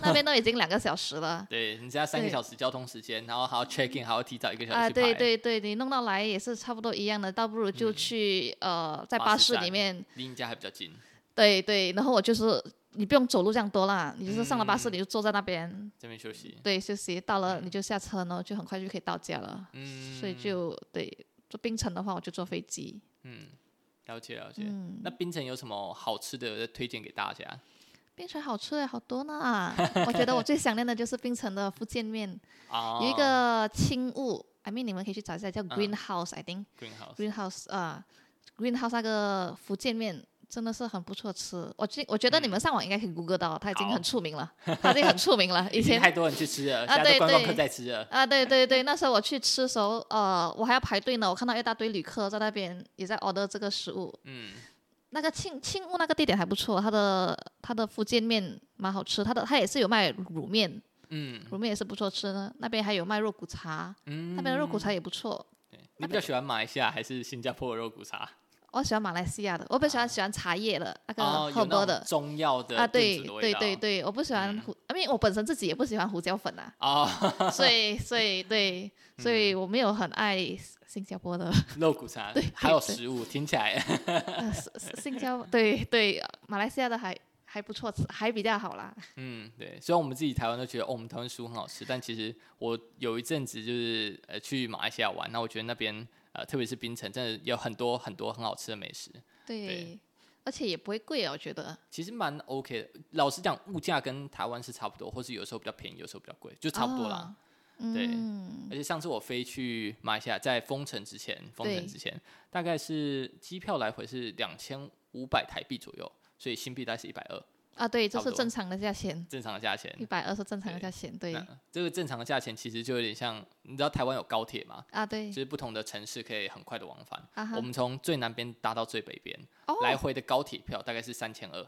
Speaker 2: 那边都已经两个小时了
Speaker 1: 对你只要三个
Speaker 2: 对嗯
Speaker 1: 小时交通时间，然后还要 check in，还要提早一个小时
Speaker 2: 啊，
Speaker 1: 去
Speaker 2: 对
Speaker 1: 排，嗯
Speaker 2: 对对，你弄到来也是差不多一样的，倒不如就去、呃，在
Speaker 1: 巴
Speaker 2: 巴
Speaker 1: 士
Speaker 2: 士
Speaker 1: 站
Speaker 2: 里面
Speaker 1: 离你家还比较近，
Speaker 2: 对对，然后我就是你不用走路这样多啦，你就是上了巴士
Speaker 1: 嗯
Speaker 2: 你就坐在那边，
Speaker 1: 这边休息。
Speaker 2: 对，休息到了你就下车呢，然后就很快就可以到家了。
Speaker 1: 嗯，
Speaker 2: 所以就对坐槟城的话，我就坐飞机。
Speaker 1: 嗯，了解了解。
Speaker 2: 嗯，
Speaker 1: 那槟城有什么好吃的推荐给大家？
Speaker 2: 槟城好吃的好多 呢，我觉得我最想念的就是槟城的福建面，
Speaker 1: 啊，
Speaker 2: 有一个青雾，I mean 你们可以去找一下
Speaker 1: 嗯
Speaker 2: 叫 Greenhouse，I think
Speaker 1: greenhouse，
Speaker 2: Greenhouse 啊，Greenhouse 那个福建面。真的是很不错吃，我记我觉得你们上网应该可以 Google 到，它已经
Speaker 1: 嗯好
Speaker 2: 很出名了，它已经很出名了。以
Speaker 1: 已 经
Speaker 2: 前
Speaker 1: 太多人去吃了，
Speaker 2: 啊
Speaker 1: 现在都
Speaker 2: 对
Speaker 1: 观光
Speaker 2: 对
Speaker 1: 客在吃了。
Speaker 2: 啊，对对对，那时候我去吃的时候，呃，我还要排队呢，我看到一大堆旅客在那边也在 order 这个食物。
Speaker 1: 嗯，
Speaker 2: 那个庆庆屋那个地点还不错，它的它的福建面蛮好吃，它的它也是有卖卤面，
Speaker 1: 嗯
Speaker 2: 卤面也是不错吃呢。那边还有卖肉骨茶，
Speaker 1: 嗯，
Speaker 2: 那边的肉骨茶也不错。
Speaker 1: 对你比较喜欢马来西亚还是新加坡的肉骨茶？
Speaker 2: 我喜欢马来西亚的，我比较喜欢喜欢茶叶的那
Speaker 1: 哦
Speaker 2: 个，
Speaker 1: 有
Speaker 2: 喝
Speaker 1: 那
Speaker 2: 波
Speaker 1: 种
Speaker 2: 的
Speaker 1: 中药的
Speaker 2: 啊，
Speaker 1: 炖
Speaker 2: 对
Speaker 1: 煮的味
Speaker 2: 对
Speaker 1: 道
Speaker 2: 对对，我不喜欢
Speaker 1: 嗯，
Speaker 2: 胡，因为我本身自己也不喜欢胡椒粉啊
Speaker 1: 哦，嗯
Speaker 2: 所以所 以对，所以我没有很爱新加坡的。
Speaker 1: 肉骨茶，
Speaker 2: 对对
Speaker 1: 还有
Speaker 2: 对
Speaker 1: 食物，听起来
Speaker 2: 呃，是是新加坡对对，马来西亚的还还不错吃，还比较好啦。
Speaker 1: 嗯，对。虽然我们自己台湾都觉得哦，我们台湾食物很好吃，但其实我有一阵子就是呃去马来西亚玩，那我觉得那边呃特别是槟城，真的有很多很多很好吃的美食。
Speaker 2: 对，
Speaker 1: 对
Speaker 2: 而且也不会贵啊，我觉得。
Speaker 1: 其实蛮 OK 的。老实讲，物价跟台湾是差不多，或是有时候比较便宜，有时候比较贵，就差不多啦。
Speaker 2: 啊
Speaker 1: 对
Speaker 2: 嗯，
Speaker 1: 而且上次我飞去马来西亚，在封城之前，封城
Speaker 2: 对
Speaker 1: 之前大概是机票来回是两千五百台币左右，所以新币大概是一百二，
Speaker 2: 啊，对，这
Speaker 1: 差不
Speaker 2: 是
Speaker 1: 多
Speaker 2: 正常的价钱，
Speaker 1: 正常的价钱
Speaker 2: 一。百二是正常的
Speaker 1: 对
Speaker 2: 价钱，对
Speaker 1: 那这个正常的价钱其实就有点像，你知道台湾有高铁嘛？
Speaker 2: 啊，
Speaker 1: 就
Speaker 2: 对，
Speaker 1: 是不同的城市可以很快的往返。
Speaker 2: 啊哈
Speaker 1: 我，们从最南边搭到最北边，来
Speaker 2: 哦
Speaker 1: 回的高铁票大概是三千二，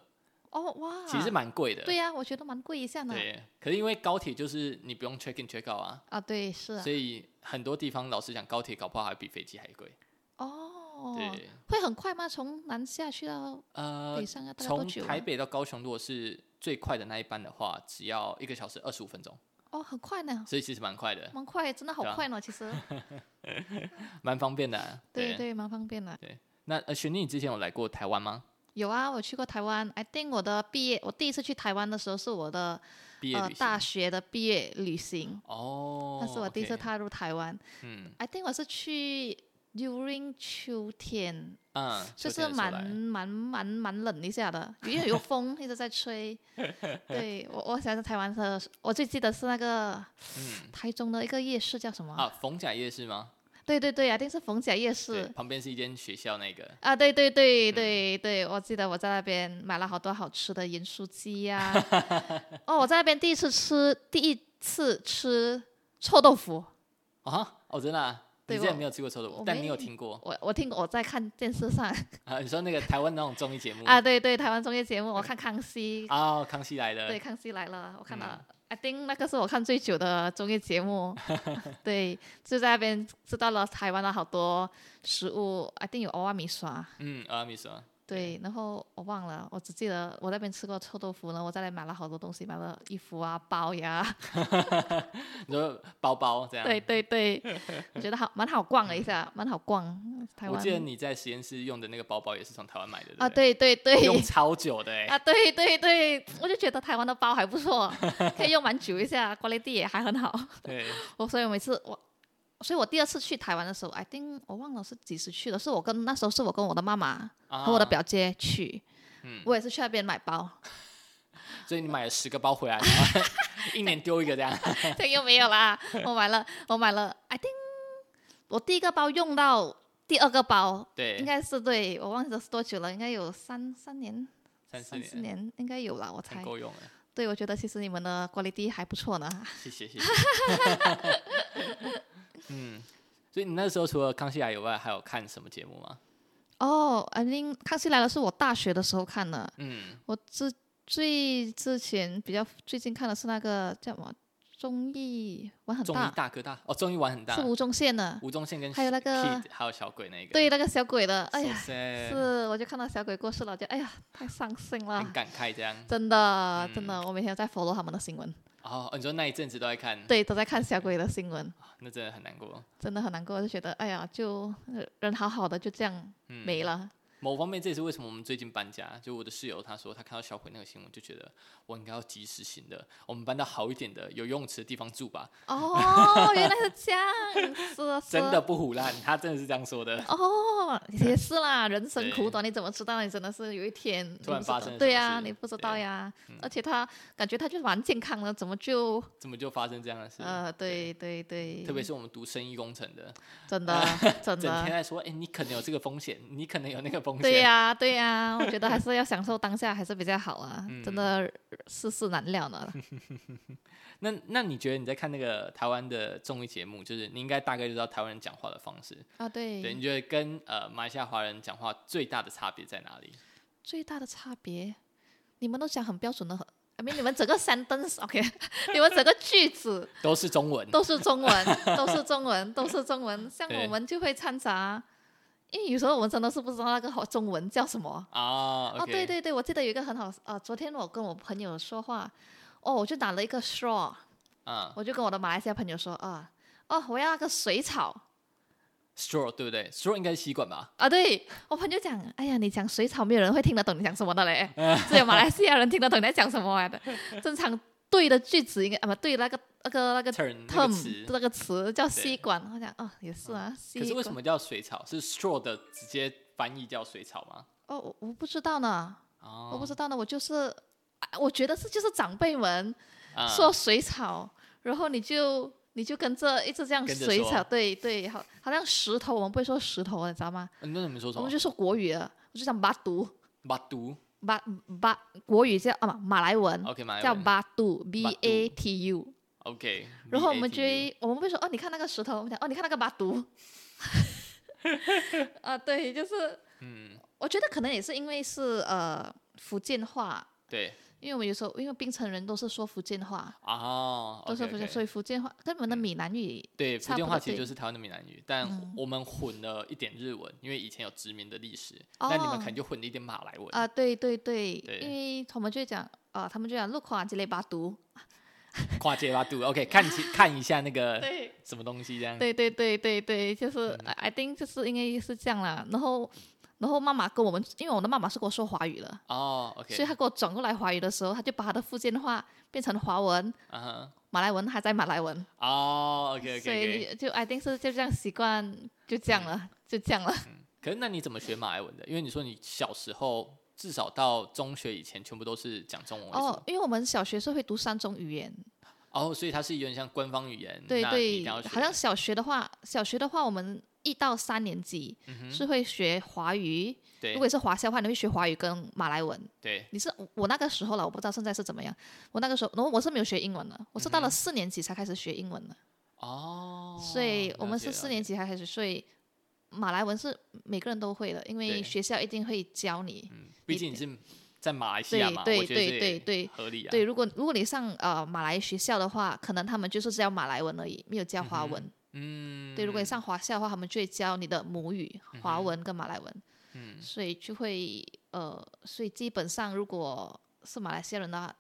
Speaker 2: 哦哇，
Speaker 1: 其实蛮贵的。
Speaker 2: 对呀，啊我觉得蛮贵一下呢。
Speaker 1: 对，可是因为高铁就是你不用 check in check out 啊，
Speaker 2: 啊，对，是啊
Speaker 1: 所，以很多地方老实讲，高铁搞不好还比飞机还贵。
Speaker 2: 哦，
Speaker 1: 对，
Speaker 2: 会很快吗？从南下去到
Speaker 1: 呃
Speaker 2: 北，上要大概多
Speaker 1: 从
Speaker 2: 久啊？
Speaker 1: 台北到高雄，如果是最快的那一班的话，只要一个小时二十五分钟，
Speaker 2: 哦，很快呢，
Speaker 1: 所以其实蛮快的，
Speaker 2: 蛮快，真的好
Speaker 1: 对啊
Speaker 2: 快呢，其实，
Speaker 1: 蛮方便的啊、
Speaker 2: 对对，蛮方便的。
Speaker 1: 那呃，雪妮，你之前有来过台湾吗？
Speaker 2: 有啊，我去过台湾。I think 我的毕业，我第一次去台湾的时候是我的
Speaker 1: 毕业
Speaker 2: 呃
Speaker 1: 旅行？
Speaker 2: 大学的毕业旅行，
Speaker 1: 哦，
Speaker 2: 那是我第一次
Speaker 1: OK，
Speaker 2: 踏入台湾。
Speaker 1: 嗯
Speaker 2: I think 我是去 during 秋天，
Speaker 1: 嗯，
Speaker 2: 就
Speaker 1: 秋天的
Speaker 2: 是
Speaker 1: 时候
Speaker 2: 蛮
Speaker 1: 来
Speaker 2: 蛮蛮蛮冷一下的，因为有风一直 在吹。对我，我想想台湾的，我最记得是那个
Speaker 1: 嗯
Speaker 2: 台中的一个夜市叫什么？
Speaker 1: 啊，逢甲夜市吗？
Speaker 2: 对对对，I think 是逢甲夜
Speaker 1: 对
Speaker 2: 市。
Speaker 1: 旁边是一间学校那个。
Speaker 2: 啊，对对对对对，我记得我在那边买了好多好吃的盐酥鸡呀、哦，我在那边第一次吃，第一次吃臭豆腐。
Speaker 1: 啊，哦，真的、啊，你
Speaker 2: 对
Speaker 1: 之前
Speaker 2: 我
Speaker 1: 没有吃过臭豆
Speaker 2: 我
Speaker 1: 腐，但你
Speaker 2: 没
Speaker 1: 有听过
Speaker 2: 我我听我在看电视上
Speaker 1: 啊？你说那个台湾那种综艺节目
Speaker 2: 啊，对对，台湾综艺节目，我看康熙，
Speaker 1: 嗯啊，康熙来了，
Speaker 2: 对，康熙来了，我看到。I think 那个是我看最久的综艺节目，对，就在那边知道了台湾的好多食物。I think 有欧巴米刷，
Speaker 1: 嗯，阿米索，
Speaker 2: 对，然后我忘了，我只记得我那边吃过臭豆腐，然后我在那里买了好多东西，买了衣服啊、包呀，
Speaker 1: 你说包包这样，
Speaker 2: 对对 对，我觉得好蛮好逛了一下，蛮好逛。台
Speaker 1: 我
Speaker 2: 湾
Speaker 1: 记得你在实验室用的那个包包也是从台湾买的
Speaker 2: 啊，
Speaker 1: 对
Speaker 2: 对对
Speaker 1: 不
Speaker 2: 对，
Speaker 1: 用超久的哎、
Speaker 2: 啊，对对对，我就觉得台湾的包还不错，可以用蛮久一下，quality 也还很好。
Speaker 1: 对，
Speaker 2: 我所以每次我，所以我第二次去台湾的时候，I think 我忘了是几时去的，是我跟那时候是我跟我的妈妈
Speaker 1: 啊
Speaker 2: 和我的，表姐去，
Speaker 1: 嗯，
Speaker 2: 我也是去那边买包，
Speaker 1: 所以你买了十个包回来，然 后一年丢一个这样，
Speaker 2: 这又没 有啦，我买了我买了，I think 我第一个包用到第二个包，
Speaker 1: 对
Speaker 2: 应，该是对我忘记了是多久了，应该有三三年。
Speaker 1: 三四
Speaker 2: 三四
Speaker 1: 年，
Speaker 2: 年应该有了，我
Speaker 1: 很
Speaker 2: 猜。
Speaker 1: 够用了，
Speaker 2: 对，我觉得其实你们的 quality 还不错呢。
Speaker 1: 谢谢 谢谢，嗯，所以你那时候除了康熙来以外，还有看什么节目吗？
Speaker 2: 哦，I mean，康熙来了是我大学的时候看的，
Speaker 1: 嗯，
Speaker 2: 我之最之前比较最近看的是那个叫什么综艺玩很
Speaker 1: 综艺
Speaker 2: 大，
Speaker 1: 大哥大哦，综艺玩很大
Speaker 2: 是，吴宗宪的，
Speaker 1: 吴宗宪跟
Speaker 2: 还有那个
Speaker 1: Kid，还有小鬼那个，
Speaker 2: 对那个小鬼的，哎呀，
Speaker 1: So sad，
Speaker 2: 是啊我就看到小鬼过世了，我就哎呀太伤心了
Speaker 1: 很，感慨这样。
Speaker 2: 真的真
Speaker 1: 嗯
Speaker 2: 的，我每天在 follow 他们的新闻，
Speaker 1: 哦，你说那一阵子都在看，
Speaker 2: 对，都在看小鬼的新闻，
Speaker 1: 那真的很难过。
Speaker 2: 真的很难过，就觉得哎呀，就呃人好好的就这样
Speaker 1: 嗯，
Speaker 2: 没了，
Speaker 1: 某方面，这也是为什么我们最近搬家。就我的室友他说，他看到小鬼那个新闻，就觉得我应该要及时行乐，我们搬到好一点的有游泳池的地方住吧。
Speaker 2: 哦，原来是这样，是啊是
Speaker 1: 嗯真
Speaker 2: 啊
Speaker 1: 的不胡乱，他真的是这样说的。
Speaker 2: 哦，也是啦，人生
Speaker 1: 对
Speaker 2: 苦短，你怎么知道？你真的是有一天你
Speaker 1: 突然
Speaker 2: 不知道
Speaker 1: 发生了
Speaker 2: 对
Speaker 1: 什么
Speaker 2: 呀、
Speaker 1: 事
Speaker 2: 你不知道
Speaker 1: 对
Speaker 2: 呀
Speaker 1: 嗯。
Speaker 2: 而且他感觉他就蛮健康的，怎么就
Speaker 1: 怎么就发生这样的事？
Speaker 2: 呃，对对对，
Speaker 1: 特别是我们读生意工程的，
Speaker 2: 真的 真
Speaker 1: 整天
Speaker 2: 的，
Speaker 1: 在说，哎、你可能有这个风险，你可能有那个风险。
Speaker 2: 对呀、对呀、我觉得还是要享受当下，还是比较好啊。
Speaker 1: 嗯
Speaker 2: 真的世事难料 呢。
Speaker 1: 那那你觉得你在看那个台湾的综艺节目，就是你应该大概就知道台湾人讲话的方式。
Speaker 2: 啊，
Speaker 1: 对，
Speaker 2: 对，
Speaker 1: 你觉得跟呃马来西亚华人讲话最大的差别在哪里？
Speaker 2: 最大的差别，你们都讲很标准的。I mean，你们整个 sentence OK，你们整个句子
Speaker 1: 都是中文。
Speaker 2: 都是中文，都是中文，都是中文。像
Speaker 1: 对
Speaker 2: 我们就会掺杂，因为有时候我们真的是不知道那个好中文叫什么。
Speaker 1: 啊
Speaker 2: 哦，
Speaker 1: ，OK，
Speaker 2: 对对对，我记得有一个很好，呃，昨天我跟我朋友说话，哦，我就拿了一个 straw，
Speaker 1: 嗯
Speaker 2: 我就跟我的马来西亚朋友说啊，哦，我要那个水草
Speaker 1: ，straw 对不对？straw 应该是吸管吧？
Speaker 2: 啊，对我朋友讲，哎呀，你讲水草，没有人会听得懂你讲什么 的嘞，只有马来西亚人听得懂你在讲什么来的。正常对的句子应该啊，不对，那个那个那个
Speaker 1: turn 那个
Speaker 2: term
Speaker 1: 词。
Speaker 2: 那个词叫吸管，我讲哦，也是啊，吸
Speaker 1: 嗯可是为什
Speaker 2: 管
Speaker 1: 么叫水草？是 straw 的直接翻译叫水草吗？
Speaker 2: 哦，我我不知道呢，
Speaker 1: 哦，
Speaker 2: 我不知道呢，我就是，啊我觉得是就是长辈们
Speaker 1: 啊
Speaker 2: 说水草，然后你就你就跟着一直这样
Speaker 1: 跟着
Speaker 2: 水
Speaker 1: 说
Speaker 2: 草，对对，好，好像石头，我们不会说石头，你知道吗？
Speaker 1: 嗯那你们说什
Speaker 2: 我们
Speaker 1: 么？
Speaker 2: 就说国语了，我就讲巴都
Speaker 1: 巴都
Speaker 2: 巴巴国语叫啊马马来文
Speaker 1: ，OK 吗？
Speaker 2: 叫巴都 B
Speaker 1: 巴都
Speaker 2: A T U，
Speaker 1: OK，
Speaker 2: 然后我们
Speaker 1: BATU
Speaker 2: 就会我们会说哦，你看那个石头，我们讲哦，你看那个巴都， 啊，对，就是
Speaker 1: 嗯，
Speaker 2: 我觉得可能也是因为是呃福建话。
Speaker 1: 对
Speaker 2: 因为我们有时候，因为槟城人都是说福建话，
Speaker 1: 哦，
Speaker 2: 都说
Speaker 1: OK，OK
Speaker 2: 福建，所以福建话跟我们的闽南语，
Speaker 1: 对福
Speaker 2: 差不
Speaker 1: 建
Speaker 2: 多
Speaker 1: 话其实
Speaker 2: 对
Speaker 1: 就是台湾的闽南语，但
Speaker 2: 嗯
Speaker 1: 我们混了一点日文，因为以前有殖民的历史，
Speaker 2: 哦
Speaker 1: 那你们可能就混了一点马来文
Speaker 2: 啊、对对对，
Speaker 1: 对
Speaker 2: 因为他们就会讲啊、他们就讲路垮之类巴读，
Speaker 1: 跨界巴都 OK，看起看一下那个
Speaker 2: 对
Speaker 1: 什么东西这样。
Speaker 2: 对对对对对，就是、I
Speaker 1: 嗯
Speaker 2: I think 就是应该是这样啦。然后然后妈妈跟我们，因为我的妈妈是跟我说华语的，
Speaker 1: 哦，OK，
Speaker 2: 所以她给我转过来华语的时候，她就把她的福建话变成华文，
Speaker 1: 嗯哼，
Speaker 2: 马来文还在马来文
Speaker 1: 哦，OK OK，
Speaker 2: 所以就 I think 是就这样习惯，就这样了，
Speaker 1: 嗯
Speaker 2: 就这样了。
Speaker 1: 可是那你怎么学马来文的？因为你说你小时候至少到中学以前全部都是讲中文为主，
Speaker 2: 哦，因为我们小学是会读三种语言。
Speaker 1: 哦，所以它是有点像官方语言，
Speaker 2: 对
Speaker 1: 嗯那你一定
Speaker 2: 对
Speaker 1: 要，学
Speaker 2: 好像小学的话，小学的话，我们一到三年级、
Speaker 1: 嗯哼
Speaker 2: 是会学华语。如
Speaker 1: 对
Speaker 2: 果你是华校的话，你会学华语跟马来文。
Speaker 1: 对
Speaker 2: 你是我那个时候了，我不知道现在是怎么样。我那个时候，然后我是没有学英文的，我是到了四年级才开始学英文的。
Speaker 1: 嗯哦，
Speaker 2: 所以我们
Speaker 1: 了解
Speaker 2: 是四年，
Speaker 1: 了解
Speaker 2: 级才开始，所以马来文是每个人都会的，因为
Speaker 1: 对
Speaker 2: 学校一定会教你。
Speaker 1: 嗯，毕竟你是在马来西
Speaker 2: 对
Speaker 1: 亚嘛，
Speaker 2: 对
Speaker 1: 我觉得
Speaker 2: 对
Speaker 1: 这也
Speaker 2: 对对
Speaker 1: 合理啊，
Speaker 2: 对，如果如果你上呃马来学校的话，可能他们就是教马来文而已，没有教华文。
Speaker 1: 嗯，
Speaker 2: 对，如果你上华校的话，他们就会教你的母语华文跟马来文，
Speaker 1: 嗯
Speaker 2: 所以就会呃，所以基本上如果是马来西亚人的话，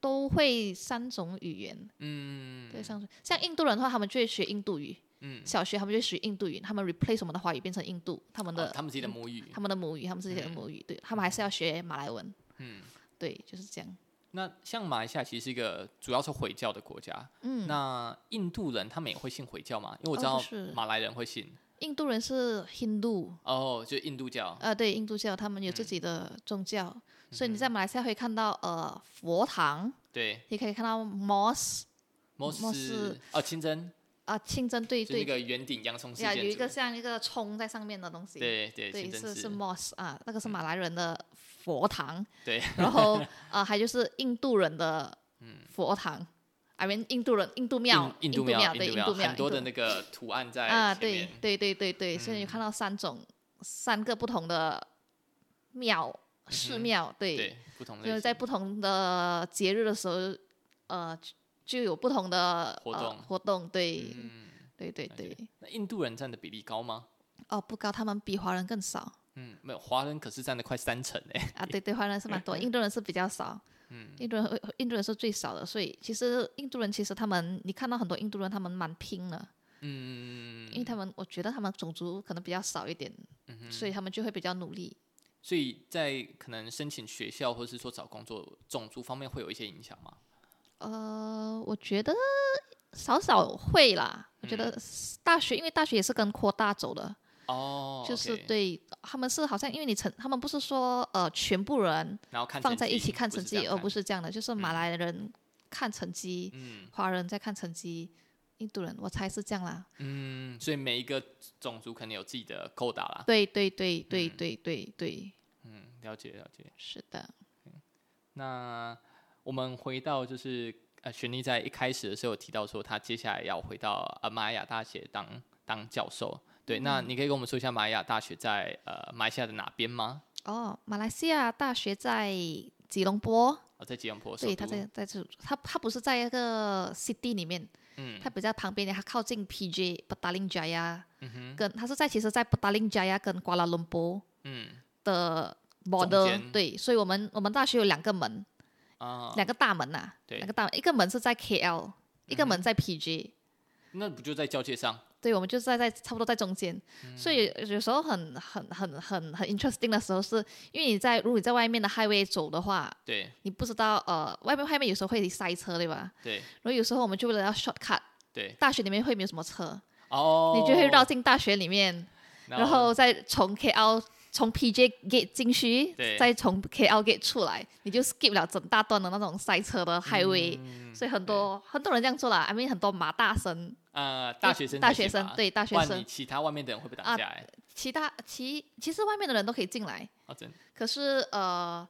Speaker 2: 都会三种语言。
Speaker 1: 嗯，
Speaker 2: 对，上像印度人的话，他们就会学印度语，
Speaker 1: 嗯，
Speaker 2: 小学他们就会学印度语，他们 replace 我们的华语变成印度他们的、
Speaker 1: 哦他们自己的母语，
Speaker 2: 他们的母语，他们自己的母语，对他们还是要学马来文。
Speaker 1: 嗯，
Speaker 2: 对，就是这样。
Speaker 1: 那像马来西亚其实是一个主要是回教的国家，
Speaker 2: 嗯，
Speaker 1: 那印度人他们也会信回教嘛？因为我知
Speaker 2: 哦
Speaker 1: 道
Speaker 2: 不是
Speaker 1: 马来人会信
Speaker 2: 印度人是 Hindu，
Speaker 1: 哦，就印度教，
Speaker 2: 呃，对，印度教他们有
Speaker 1: 嗯
Speaker 2: 自己的宗教，所以你在马来西亚会看到呃佛堂，
Speaker 1: 对，
Speaker 2: 也可以看到 mosque
Speaker 1: 摩
Speaker 2: 摩斯
Speaker 1: 斯哦，清真
Speaker 2: 啊、清真对
Speaker 1: 就是那
Speaker 2: 对，
Speaker 1: 个圆顶洋葱事
Speaker 2: 呀，有一
Speaker 1: 件
Speaker 2: 个
Speaker 1: 组，
Speaker 2: 像一个冲在上面的东西，
Speaker 1: 对对，
Speaker 2: 对
Speaker 1: 清真
Speaker 2: 是是
Speaker 1: 寺，嗯
Speaker 2: mosque 啊，那个是马来人的佛堂，
Speaker 1: 对，嗯
Speaker 2: 然 后呃还就是印度人的佛堂，I mean 印度人印度庙，
Speaker 1: 印
Speaker 2: 度
Speaker 1: 度庙，
Speaker 2: 对，印
Speaker 1: 庙
Speaker 2: 度庙，
Speaker 1: 很多
Speaker 2: 印度
Speaker 1: 的那个图案在
Speaker 2: 啊，
Speaker 1: 前
Speaker 2: 对
Speaker 1: 面，嗯
Speaker 2: 对对对对，所以你看到三种三个不同的庙寺
Speaker 1: 嗯哼
Speaker 2: 庙，对。
Speaker 1: 对，不同类
Speaker 2: 就是
Speaker 1: 型
Speaker 2: 在不同的节日的时候，呃，就有不同的
Speaker 1: 活
Speaker 2: 呃
Speaker 1: 动
Speaker 2: 活动，对，
Speaker 1: 嗯，
Speaker 2: 对对
Speaker 1: 了解
Speaker 2: 对。
Speaker 1: 那印度人占的比例高吗？
Speaker 2: 哦，不高，他们比华人更少
Speaker 1: 嗯，没有，华人可是占了快三成哎，
Speaker 2: 啊，对对，华人是蛮多，印度人是比较少，嗯，印度人会印度人是最少的，所以其实印度人其实他们，你看到很多印度人他们蛮拼的，
Speaker 1: 嗯，
Speaker 2: 因为他们我觉得他们种族可能比较少一点，所以他们就会比较努力。
Speaker 1: 所以在可能申请学校或是说找工作，种族方面会有一些影响吗？
Speaker 2: 呃，我觉得少少会啦，
Speaker 1: 嗯
Speaker 2: 我觉得大学因为大学也是跟扩大走的，
Speaker 1: 哦，
Speaker 2: 就是
Speaker 1: OK，
Speaker 2: 对他们是好像因为你成他们不是说呃全部人
Speaker 1: 然后看
Speaker 2: 放
Speaker 1: 成
Speaker 2: 在一
Speaker 1: 绩
Speaker 2: 起看成
Speaker 1: 不是这
Speaker 2: 绩，
Speaker 1: 样
Speaker 2: 而
Speaker 1: 看
Speaker 2: 不是这样的，就是马来人看成绩，
Speaker 1: 嗯
Speaker 2: 华人在看成绩，印度人我猜是这样啦。
Speaker 1: 嗯，所以每一个种族可能有自己的扣打啦。
Speaker 2: 对对对对
Speaker 1: 哦嗯
Speaker 2: 对对对，
Speaker 1: 嗯，了解了解。
Speaker 2: 是的。
Speaker 1: 那我们回到就是呃，雪妮在一开始的时候有提到说，她接下来要回到呃玛雅大学当当教授。对，那
Speaker 2: 嗯
Speaker 1: 你可以跟我们说一下玛雅大学在呃马来西亚的哪边吗？
Speaker 2: 哦，马来西亚大学在吉隆坡，
Speaker 1: 哦，在吉隆坡首
Speaker 2: 对，它
Speaker 1: 都
Speaker 2: 在在这，它它不是在一个 city 里面，
Speaker 1: 嗯
Speaker 2: 它比较旁边的，它靠近 PJ、b a t a l i n Jaya，
Speaker 1: 嗯哼
Speaker 2: 跟它是在其实，在 b a t a l i n Jaya 跟瓜拉伦坡。
Speaker 1: 嗯
Speaker 2: 的
Speaker 1: 中
Speaker 2: border，
Speaker 1: 间
Speaker 2: 对，所以我们我们大学有两个门，
Speaker 1: 啊，
Speaker 2: 两个大门呐、
Speaker 1: 对嗯
Speaker 2: 两个大门，一个门是在 KL，一个门在 PG，、
Speaker 1: 那不就在交界上？
Speaker 2: 对，我们就在在差不多在中间，
Speaker 1: 嗯
Speaker 2: 所以有有时候很很很很很 interesting 的时候是，因为你在如果你在外面的 highway 走的话，
Speaker 1: 对
Speaker 2: 你不知道呃外面外面有时候会塞车，对吧？
Speaker 1: 对
Speaker 2: 然后有时候我们就为了要 shortcut，
Speaker 1: 对，
Speaker 2: 大学里面会没有什么车，
Speaker 1: 哦，
Speaker 2: 你就会绕进大学里面，然后再从 KL 从 PJ gate 进去
Speaker 1: 对，
Speaker 2: 再从 KL gate 出来，你就 skip 了整大段的那种塞车
Speaker 1: 嗯
Speaker 2: 的 highway，、所以很多很多人这样做啦。I mean 很多马大神，
Speaker 1: 呃大学生
Speaker 2: 大
Speaker 1: 才
Speaker 2: 学
Speaker 1: 行
Speaker 2: 生
Speaker 1: 吧
Speaker 2: 对大学
Speaker 1: 不然
Speaker 2: 生
Speaker 1: 你其他外面的人会被打
Speaker 2: 啊
Speaker 1: 架哎、
Speaker 2: 其他其其实外面的人都可以进来，
Speaker 1: 哦，真的
Speaker 2: 可是呃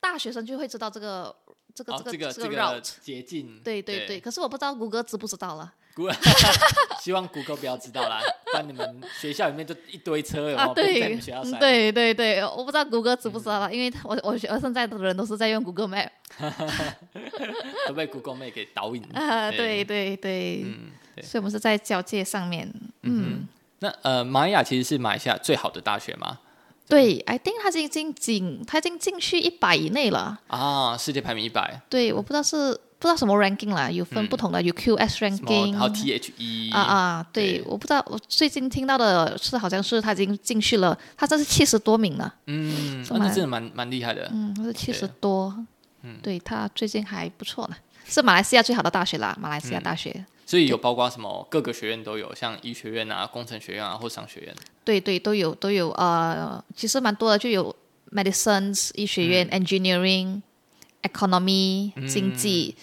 Speaker 2: 大学生就会知道这个这个、
Speaker 1: 哦，这
Speaker 2: 个
Speaker 1: 这
Speaker 2: 个
Speaker 1: 个
Speaker 2: route。
Speaker 1: 捷径，
Speaker 2: 对对
Speaker 1: 对
Speaker 2: 对，可是我不知道谷歌知不知道了
Speaker 1: 谷 希望谷歌不要知道啦，不然你们学校里面就一堆 车有没
Speaker 2: 啊！
Speaker 1: 有被哦在你
Speaker 2: 对
Speaker 1: 们学校塞，，嗯
Speaker 2: 对对对，我不知道谷歌知不知道了，因为我我我现在的人都是在用谷歌 Map
Speaker 1: 都被 Google 妹给导引。
Speaker 2: 啊，
Speaker 1: 对
Speaker 2: 对对对，
Speaker 1: 嗯，对。
Speaker 2: 所以我们是在交界上面。嗯，
Speaker 1: 那呃，玛雅其实是马来西亚最好的大学嘛，
Speaker 2: 对，I think 他已经进，他已经进去一百以内了。
Speaker 1: 啊，世界排名一百，
Speaker 2: 对，我不知道是不知道什么 ranking 啦，有分
Speaker 1: 嗯
Speaker 2: 不同的，有 QS
Speaker 1: 什么还有 E
Speaker 2: ranking。
Speaker 1: THE
Speaker 2: 啊啊，对，
Speaker 1: 对
Speaker 2: 我不知道，我最近听到的是好像是他已经进去了，他这是七十多名了，
Speaker 1: 嗯，
Speaker 2: 什
Speaker 1: 啊
Speaker 2: 么
Speaker 1: 那真的蛮蛮厉害的。
Speaker 2: 嗯，他是七十
Speaker 1: 对啊嗯
Speaker 2: 多，对他最近还不错呢，是马来西亚最好的大学啦，马来
Speaker 1: 嗯
Speaker 2: 西亚大学，
Speaker 1: 所以有包括什么各个学院都有，像医学院啊、工程学院啊或商学院。
Speaker 2: 对对，都有都有，呃，其实蛮多的，就有 medicines 医学院、engineering、economy
Speaker 1: 嗯
Speaker 2: 经济，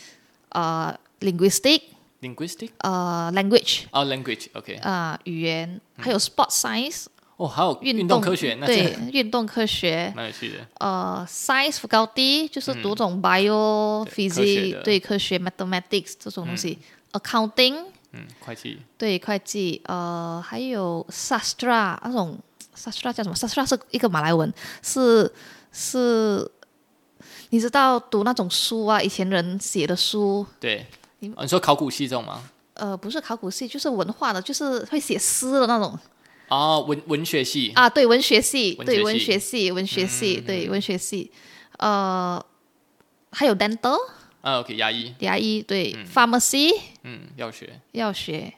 Speaker 2: 呃，linguistic
Speaker 1: Linguistic
Speaker 2: 呃 language
Speaker 1: 啊，language，OK，
Speaker 2: 啊、语言，还有 sport science
Speaker 1: 嗯哦，还有
Speaker 2: 运
Speaker 1: 运
Speaker 2: 动
Speaker 1: 动科学，那真
Speaker 2: 对
Speaker 1: 的
Speaker 2: 运动科学，
Speaker 1: 蛮有趣的。
Speaker 2: 呃，science faculty 就是读种 bio
Speaker 1: 嗯对科学
Speaker 2: physics
Speaker 1: 的
Speaker 2: 对科学 mathematics 这种东西、a c c o u n t i n g
Speaker 1: 嗯，会计，
Speaker 2: 对会计，呃，还有 sastra 那种 sastra 叫什么？sastra 是一个马来文，是是，你知道读那种书啊，以前人写的书，
Speaker 1: 对
Speaker 2: 你。
Speaker 1: 哦你说考古系这种吗？
Speaker 2: 呃，不是考古系，就是文化的，就是会写诗的那种
Speaker 1: 哦，文文学系，
Speaker 2: 啊，对，文学系，
Speaker 1: 文
Speaker 2: 对，
Speaker 1: 学系
Speaker 2: 文
Speaker 1: 嗯
Speaker 2: 学系，文学系，对，文学系，呃，还有 dental
Speaker 1: 啊，OK，牙医，
Speaker 2: 牙医，对、p h a r m a c y
Speaker 1: 嗯，药学，
Speaker 2: 药学，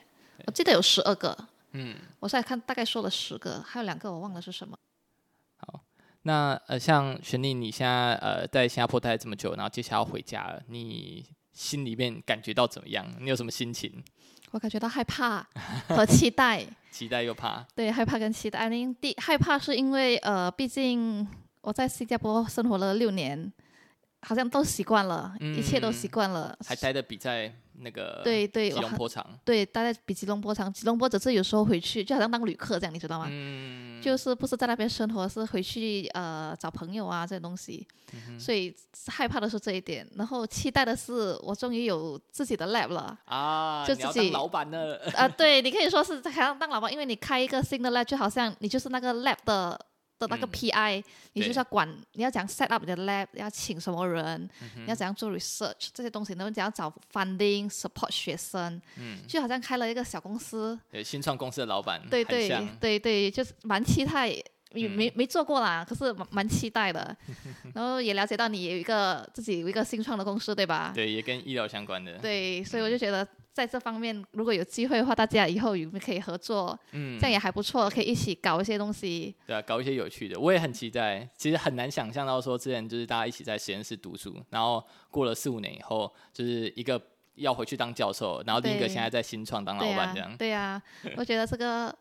Speaker 2: 我记得有十二个，
Speaker 1: 嗯，
Speaker 2: 我现在看大概说了十个，还有两个我忘了是什么。
Speaker 1: 那呃，像玄丽，你现在呃在新加坡待了这么久，然后接下来要回家了，你心里面感觉到怎么样？你有什么心情？
Speaker 2: 我感觉到害怕和 期待，
Speaker 1: 期待又怕？
Speaker 2: 对，害怕跟期待。因第害怕是因为呃，毕竟我在新加坡生活了六年，好像都习惯了，一切都习
Speaker 1: 嗯
Speaker 2: 惯了。
Speaker 1: 还待的比在那个
Speaker 2: 对对，
Speaker 1: 吉
Speaker 2: 我
Speaker 1: 隆
Speaker 2: 很
Speaker 1: 坡长，
Speaker 2: 对，大概比吉隆坡长。吉隆坡只是有时候回去，就好像当旅客这样，你知道吗？
Speaker 1: 嗯，
Speaker 2: 就是不是在那边生活，是回去呃找朋友啊这些东西，
Speaker 1: 嗯
Speaker 2: 所以害怕的是这一点。然后期待的是，我终于有自己的 lab 了。
Speaker 1: 啊，
Speaker 2: 就
Speaker 1: 你要
Speaker 2: 自
Speaker 1: 当
Speaker 2: 己
Speaker 1: 老板 了，
Speaker 2: 啊，对，你可以说是好像当老板，因为你开一个新的 lab，就好像你就是那个 lab 的的那个
Speaker 1: 嗯
Speaker 2: PI，、你就
Speaker 1: 对
Speaker 2: 是要管，你要怎样 set up 你的 lab，要请什么人，
Speaker 1: 嗯
Speaker 2: 你要怎样做 research 这些东西，然后怎样找 funding support 学生，
Speaker 1: 嗯，
Speaker 2: 就好像开了一个小公司，
Speaker 1: 对新创公司的老板，
Speaker 2: 对
Speaker 1: 嗯很
Speaker 2: 对
Speaker 1: 像嗯
Speaker 2: 对对，就是蛮期待，也没没做过啦，可是蛮蛮期 待的。然后也了解到你有一个自己有一个新创的公司，对吧？
Speaker 1: 对，嗯也跟医疗相关的，
Speaker 2: 对，所以我就觉得在这方面如果有机会的话，大家以后有没有可以合作，
Speaker 1: 嗯
Speaker 2: 这，样也还不错，可以一起搞一些东西。
Speaker 1: 对啊，搞一些有趣的，我也很期待。其实很难想象到说，之前就是大家一起在实验室读书，然后过了四五年以后，就是一个要回去当教授，然后另一个
Speaker 2: 对
Speaker 1: 现在在新创当老
Speaker 2: 对啊
Speaker 1: 板
Speaker 2: 呀
Speaker 1: 这样，。
Speaker 2: 对呀，我觉得这个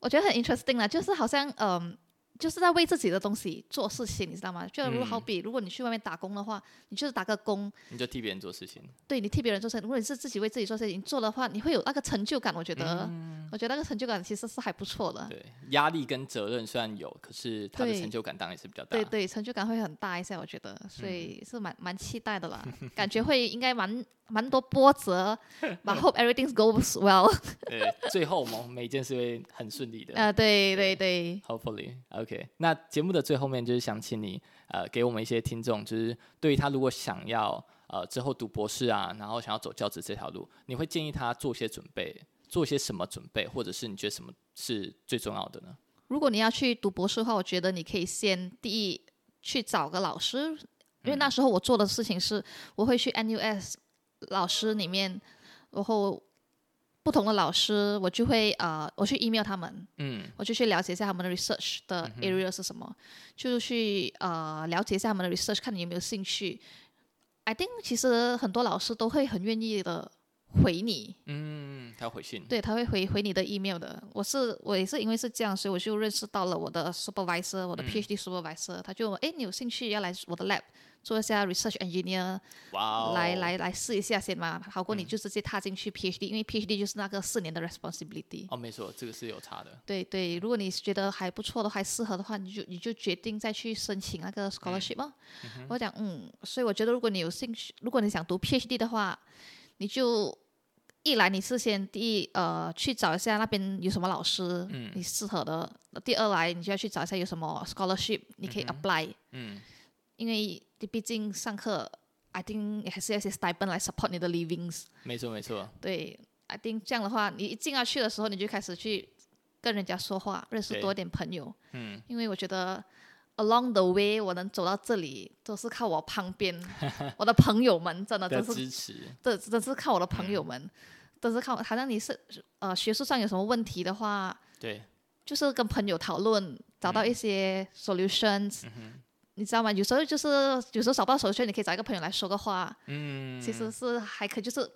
Speaker 2: 我觉得很 interesting 啦，就是好像嗯。就是在为自己的东西做事情，你知道吗？就如
Speaker 1: 嗯
Speaker 2: 好比，如果你去外面打工的话，你就是打个工，
Speaker 1: 你就替别人做事情，
Speaker 2: 对你替别人做事，如果你是自己为自己做事情做的话，你会有那个成就感。我觉得，我觉得那个成就感其实是还不错的。
Speaker 1: 对，压力跟责任虽然有，可是他的
Speaker 2: 啊对
Speaker 1: 成就感当然也是比较大
Speaker 2: 对。对，成就感会很大一些，我觉得，所以嗯是蛮蛮期待的 啦，感觉会应该蛮蛮多波折，but hope everything goes well 。
Speaker 1: 对，最后我们每一件事会很顺利 的。
Speaker 2: 呃，对对对，
Speaker 1: Hopefully, OK。那节目的最后面就是想请你呃，给我们一些听众，就是对于他如果想要呃之后读博士啊，然后想要走教职这条路，你会建议他做些准备，做些什么准备，或者是你觉得什么是最重要的呢？
Speaker 2: 如果你要去读博士的话，我觉得你可以先第一去找个老师，因为那时候我做的事情是，我会去 NUS 老师里面，然后不同的老师，我就会呃，我去 email 他们，
Speaker 1: 嗯
Speaker 2: 我就去了解一下他们的 research 的 area 是什么，就去呃了解一下他们的 research，看你有没有兴趣。I think 其实很多老师都会很愿意的回你，
Speaker 1: 嗯，他回信。
Speaker 2: 对，他会回回你的 email 的。我是我也是因为是这样，所以我就认识到了我的 supervisor，我的 PhD supervisor，、他就诶，你有兴趣要来我的 lab 做一下 research engineer，、
Speaker 1: 哇哦，
Speaker 2: 来，来来试一下先嘛，好过你就直接踏进去 PhD，、因为 PhD 就是那个四年的 responsibility。
Speaker 1: 哦，没错，这个是有差的。
Speaker 2: 对对，如果你觉得还不错的话，还适合的话，你就你就决定再去申请那
Speaker 1: 嗯
Speaker 2: 个 scholarship 哦。我讲，嗯，所以我觉得如果你有兴趣，如果你想读 PhD 的话，你就一来你是先第一呃去找一下那边有什么老师，
Speaker 1: 嗯
Speaker 2: 你适合的；第二来你就要去找一下有什么 scholarship，你可以 apply，、
Speaker 1: 嗯，
Speaker 2: 因为你毕竟上课，I think 还是要一些 stipend 来 support 你的 livings。
Speaker 1: 没错没错，
Speaker 2: 对，I think 这样的话，你一进要去的时候，你就开始去跟人家说话，认识
Speaker 1: 对
Speaker 2: 多点朋友。
Speaker 1: 嗯，
Speaker 2: 因为我觉得 along the way 我能走到这里，都是靠我旁边 我的朋友们，真的
Speaker 1: 的
Speaker 2: 真是
Speaker 1: 支持。
Speaker 2: 这真是靠我的朋友
Speaker 1: 嗯
Speaker 2: 们，都是靠。好像你是呃学术上有什么问题的话，
Speaker 1: 对，
Speaker 2: 就是跟朋友讨论，找到一
Speaker 1: 嗯
Speaker 2: 些 solutions、你知道吗？有时候就是有时候找不到 solution，你可以找一个朋友来说个话，
Speaker 1: 嗯，
Speaker 2: 其实是还可以，就是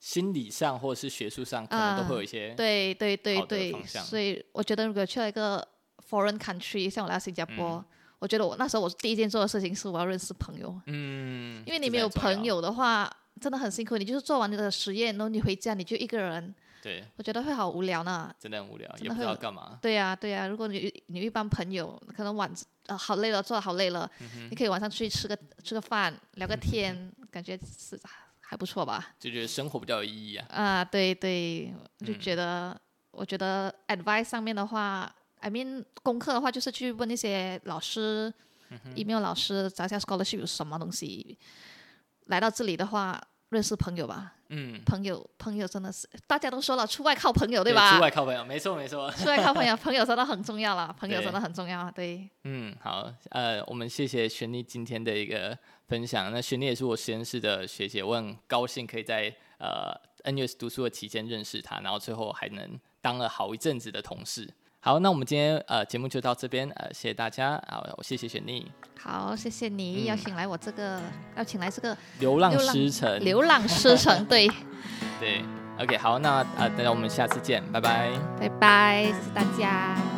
Speaker 1: 心理上或者是学术上可能都会有一些。
Speaker 2: 嗯对对对
Speaker 1: 好的
Speaker 2: 对
Speaker 1: 方，向
Speaker 2: 所以我觉得如果去了一个 foreign country，像我来到新加坡，我觉得我那时候我第一件做的事情是我要认识朋友，
Speaker 1: 嗯，
Speaker 2: 因为你
Speaker 1: 这
Speaker 2: 没
Speaker 1: 才
Speaker 2: 有
Speaker 1: 重要
Speaker 2: 朋。友的话，真的很辛苦。你就是做完你的实验，然后你回家你就一个人，
Speaker 1: 对，
Speaker 2: 我觉得会好无聊呢。
Speaker 1: 真的很无聊，
Speaker 2: 真
Speaker 1: 也
Speaker 2: 的
Speaker 1: 不知
Speaker 2: 会
Speaker 1: 道
Speaker 2: 有
Speaker 1: 干嘛。
Speaker 2: 对呀、对呀、如果你你一般朋友，可能晚呃好累了，做得好累了，
Speaker 1: 嗯
Speaker 2: 你可以晚上出去吃个吃个饭，聊个天，感觉是还不错吧？
Speaker 1: 就觉得生活比较有意义啊。
Speaker 2: 啊，对对，我就
Speaker 1: 嗯
Speaker 2: 觉得、我觉得 advice 上面的话，I mean 功课的话，就是去问那些老师、email 老师，找一下 scholarship 有什么东西。来到这里的话，认识朋友吧。
Speaker 1: 嗯，
Speaker 2: 朋友，朋友真的是大家都说了，出外靠朋友，
Speaker 1: 对
Speaker 2: 吧？
Speaker 1: 出外靠朋啊友，没错没错。
Speaker 2: 出来靠朋友，朋友真的很重要啦，朋友
Speaker 1: 对
Speaker 2: 真的很重要，对，
Speaker 1: 嗯，好，呃，我们谢谢雪妮今天的一个分享。那雪妮也是我实验室的学姐，我很高兴可以在呃 NUS 读书的期间认识她，然后最后还能当了好一阵子的同事。好，那我们今天呃节目就到这边，呃，谢谢大家，好，谢谢雪妮，
Speaker 2: 好，谢谢你、
Speaker 1: 嗯
Speaker 2: 邀请来我这个，邀请来这个
Speaker 1: 流浪
Speaker 2: 流浪
Speaker 1: 师城，
Speaker 2: 流浪师城，对，
Speaker 1: 对，OK，好，那呃，大家我们下次见，拜拜。
Speaker 2: 拜拜，谢谢大家。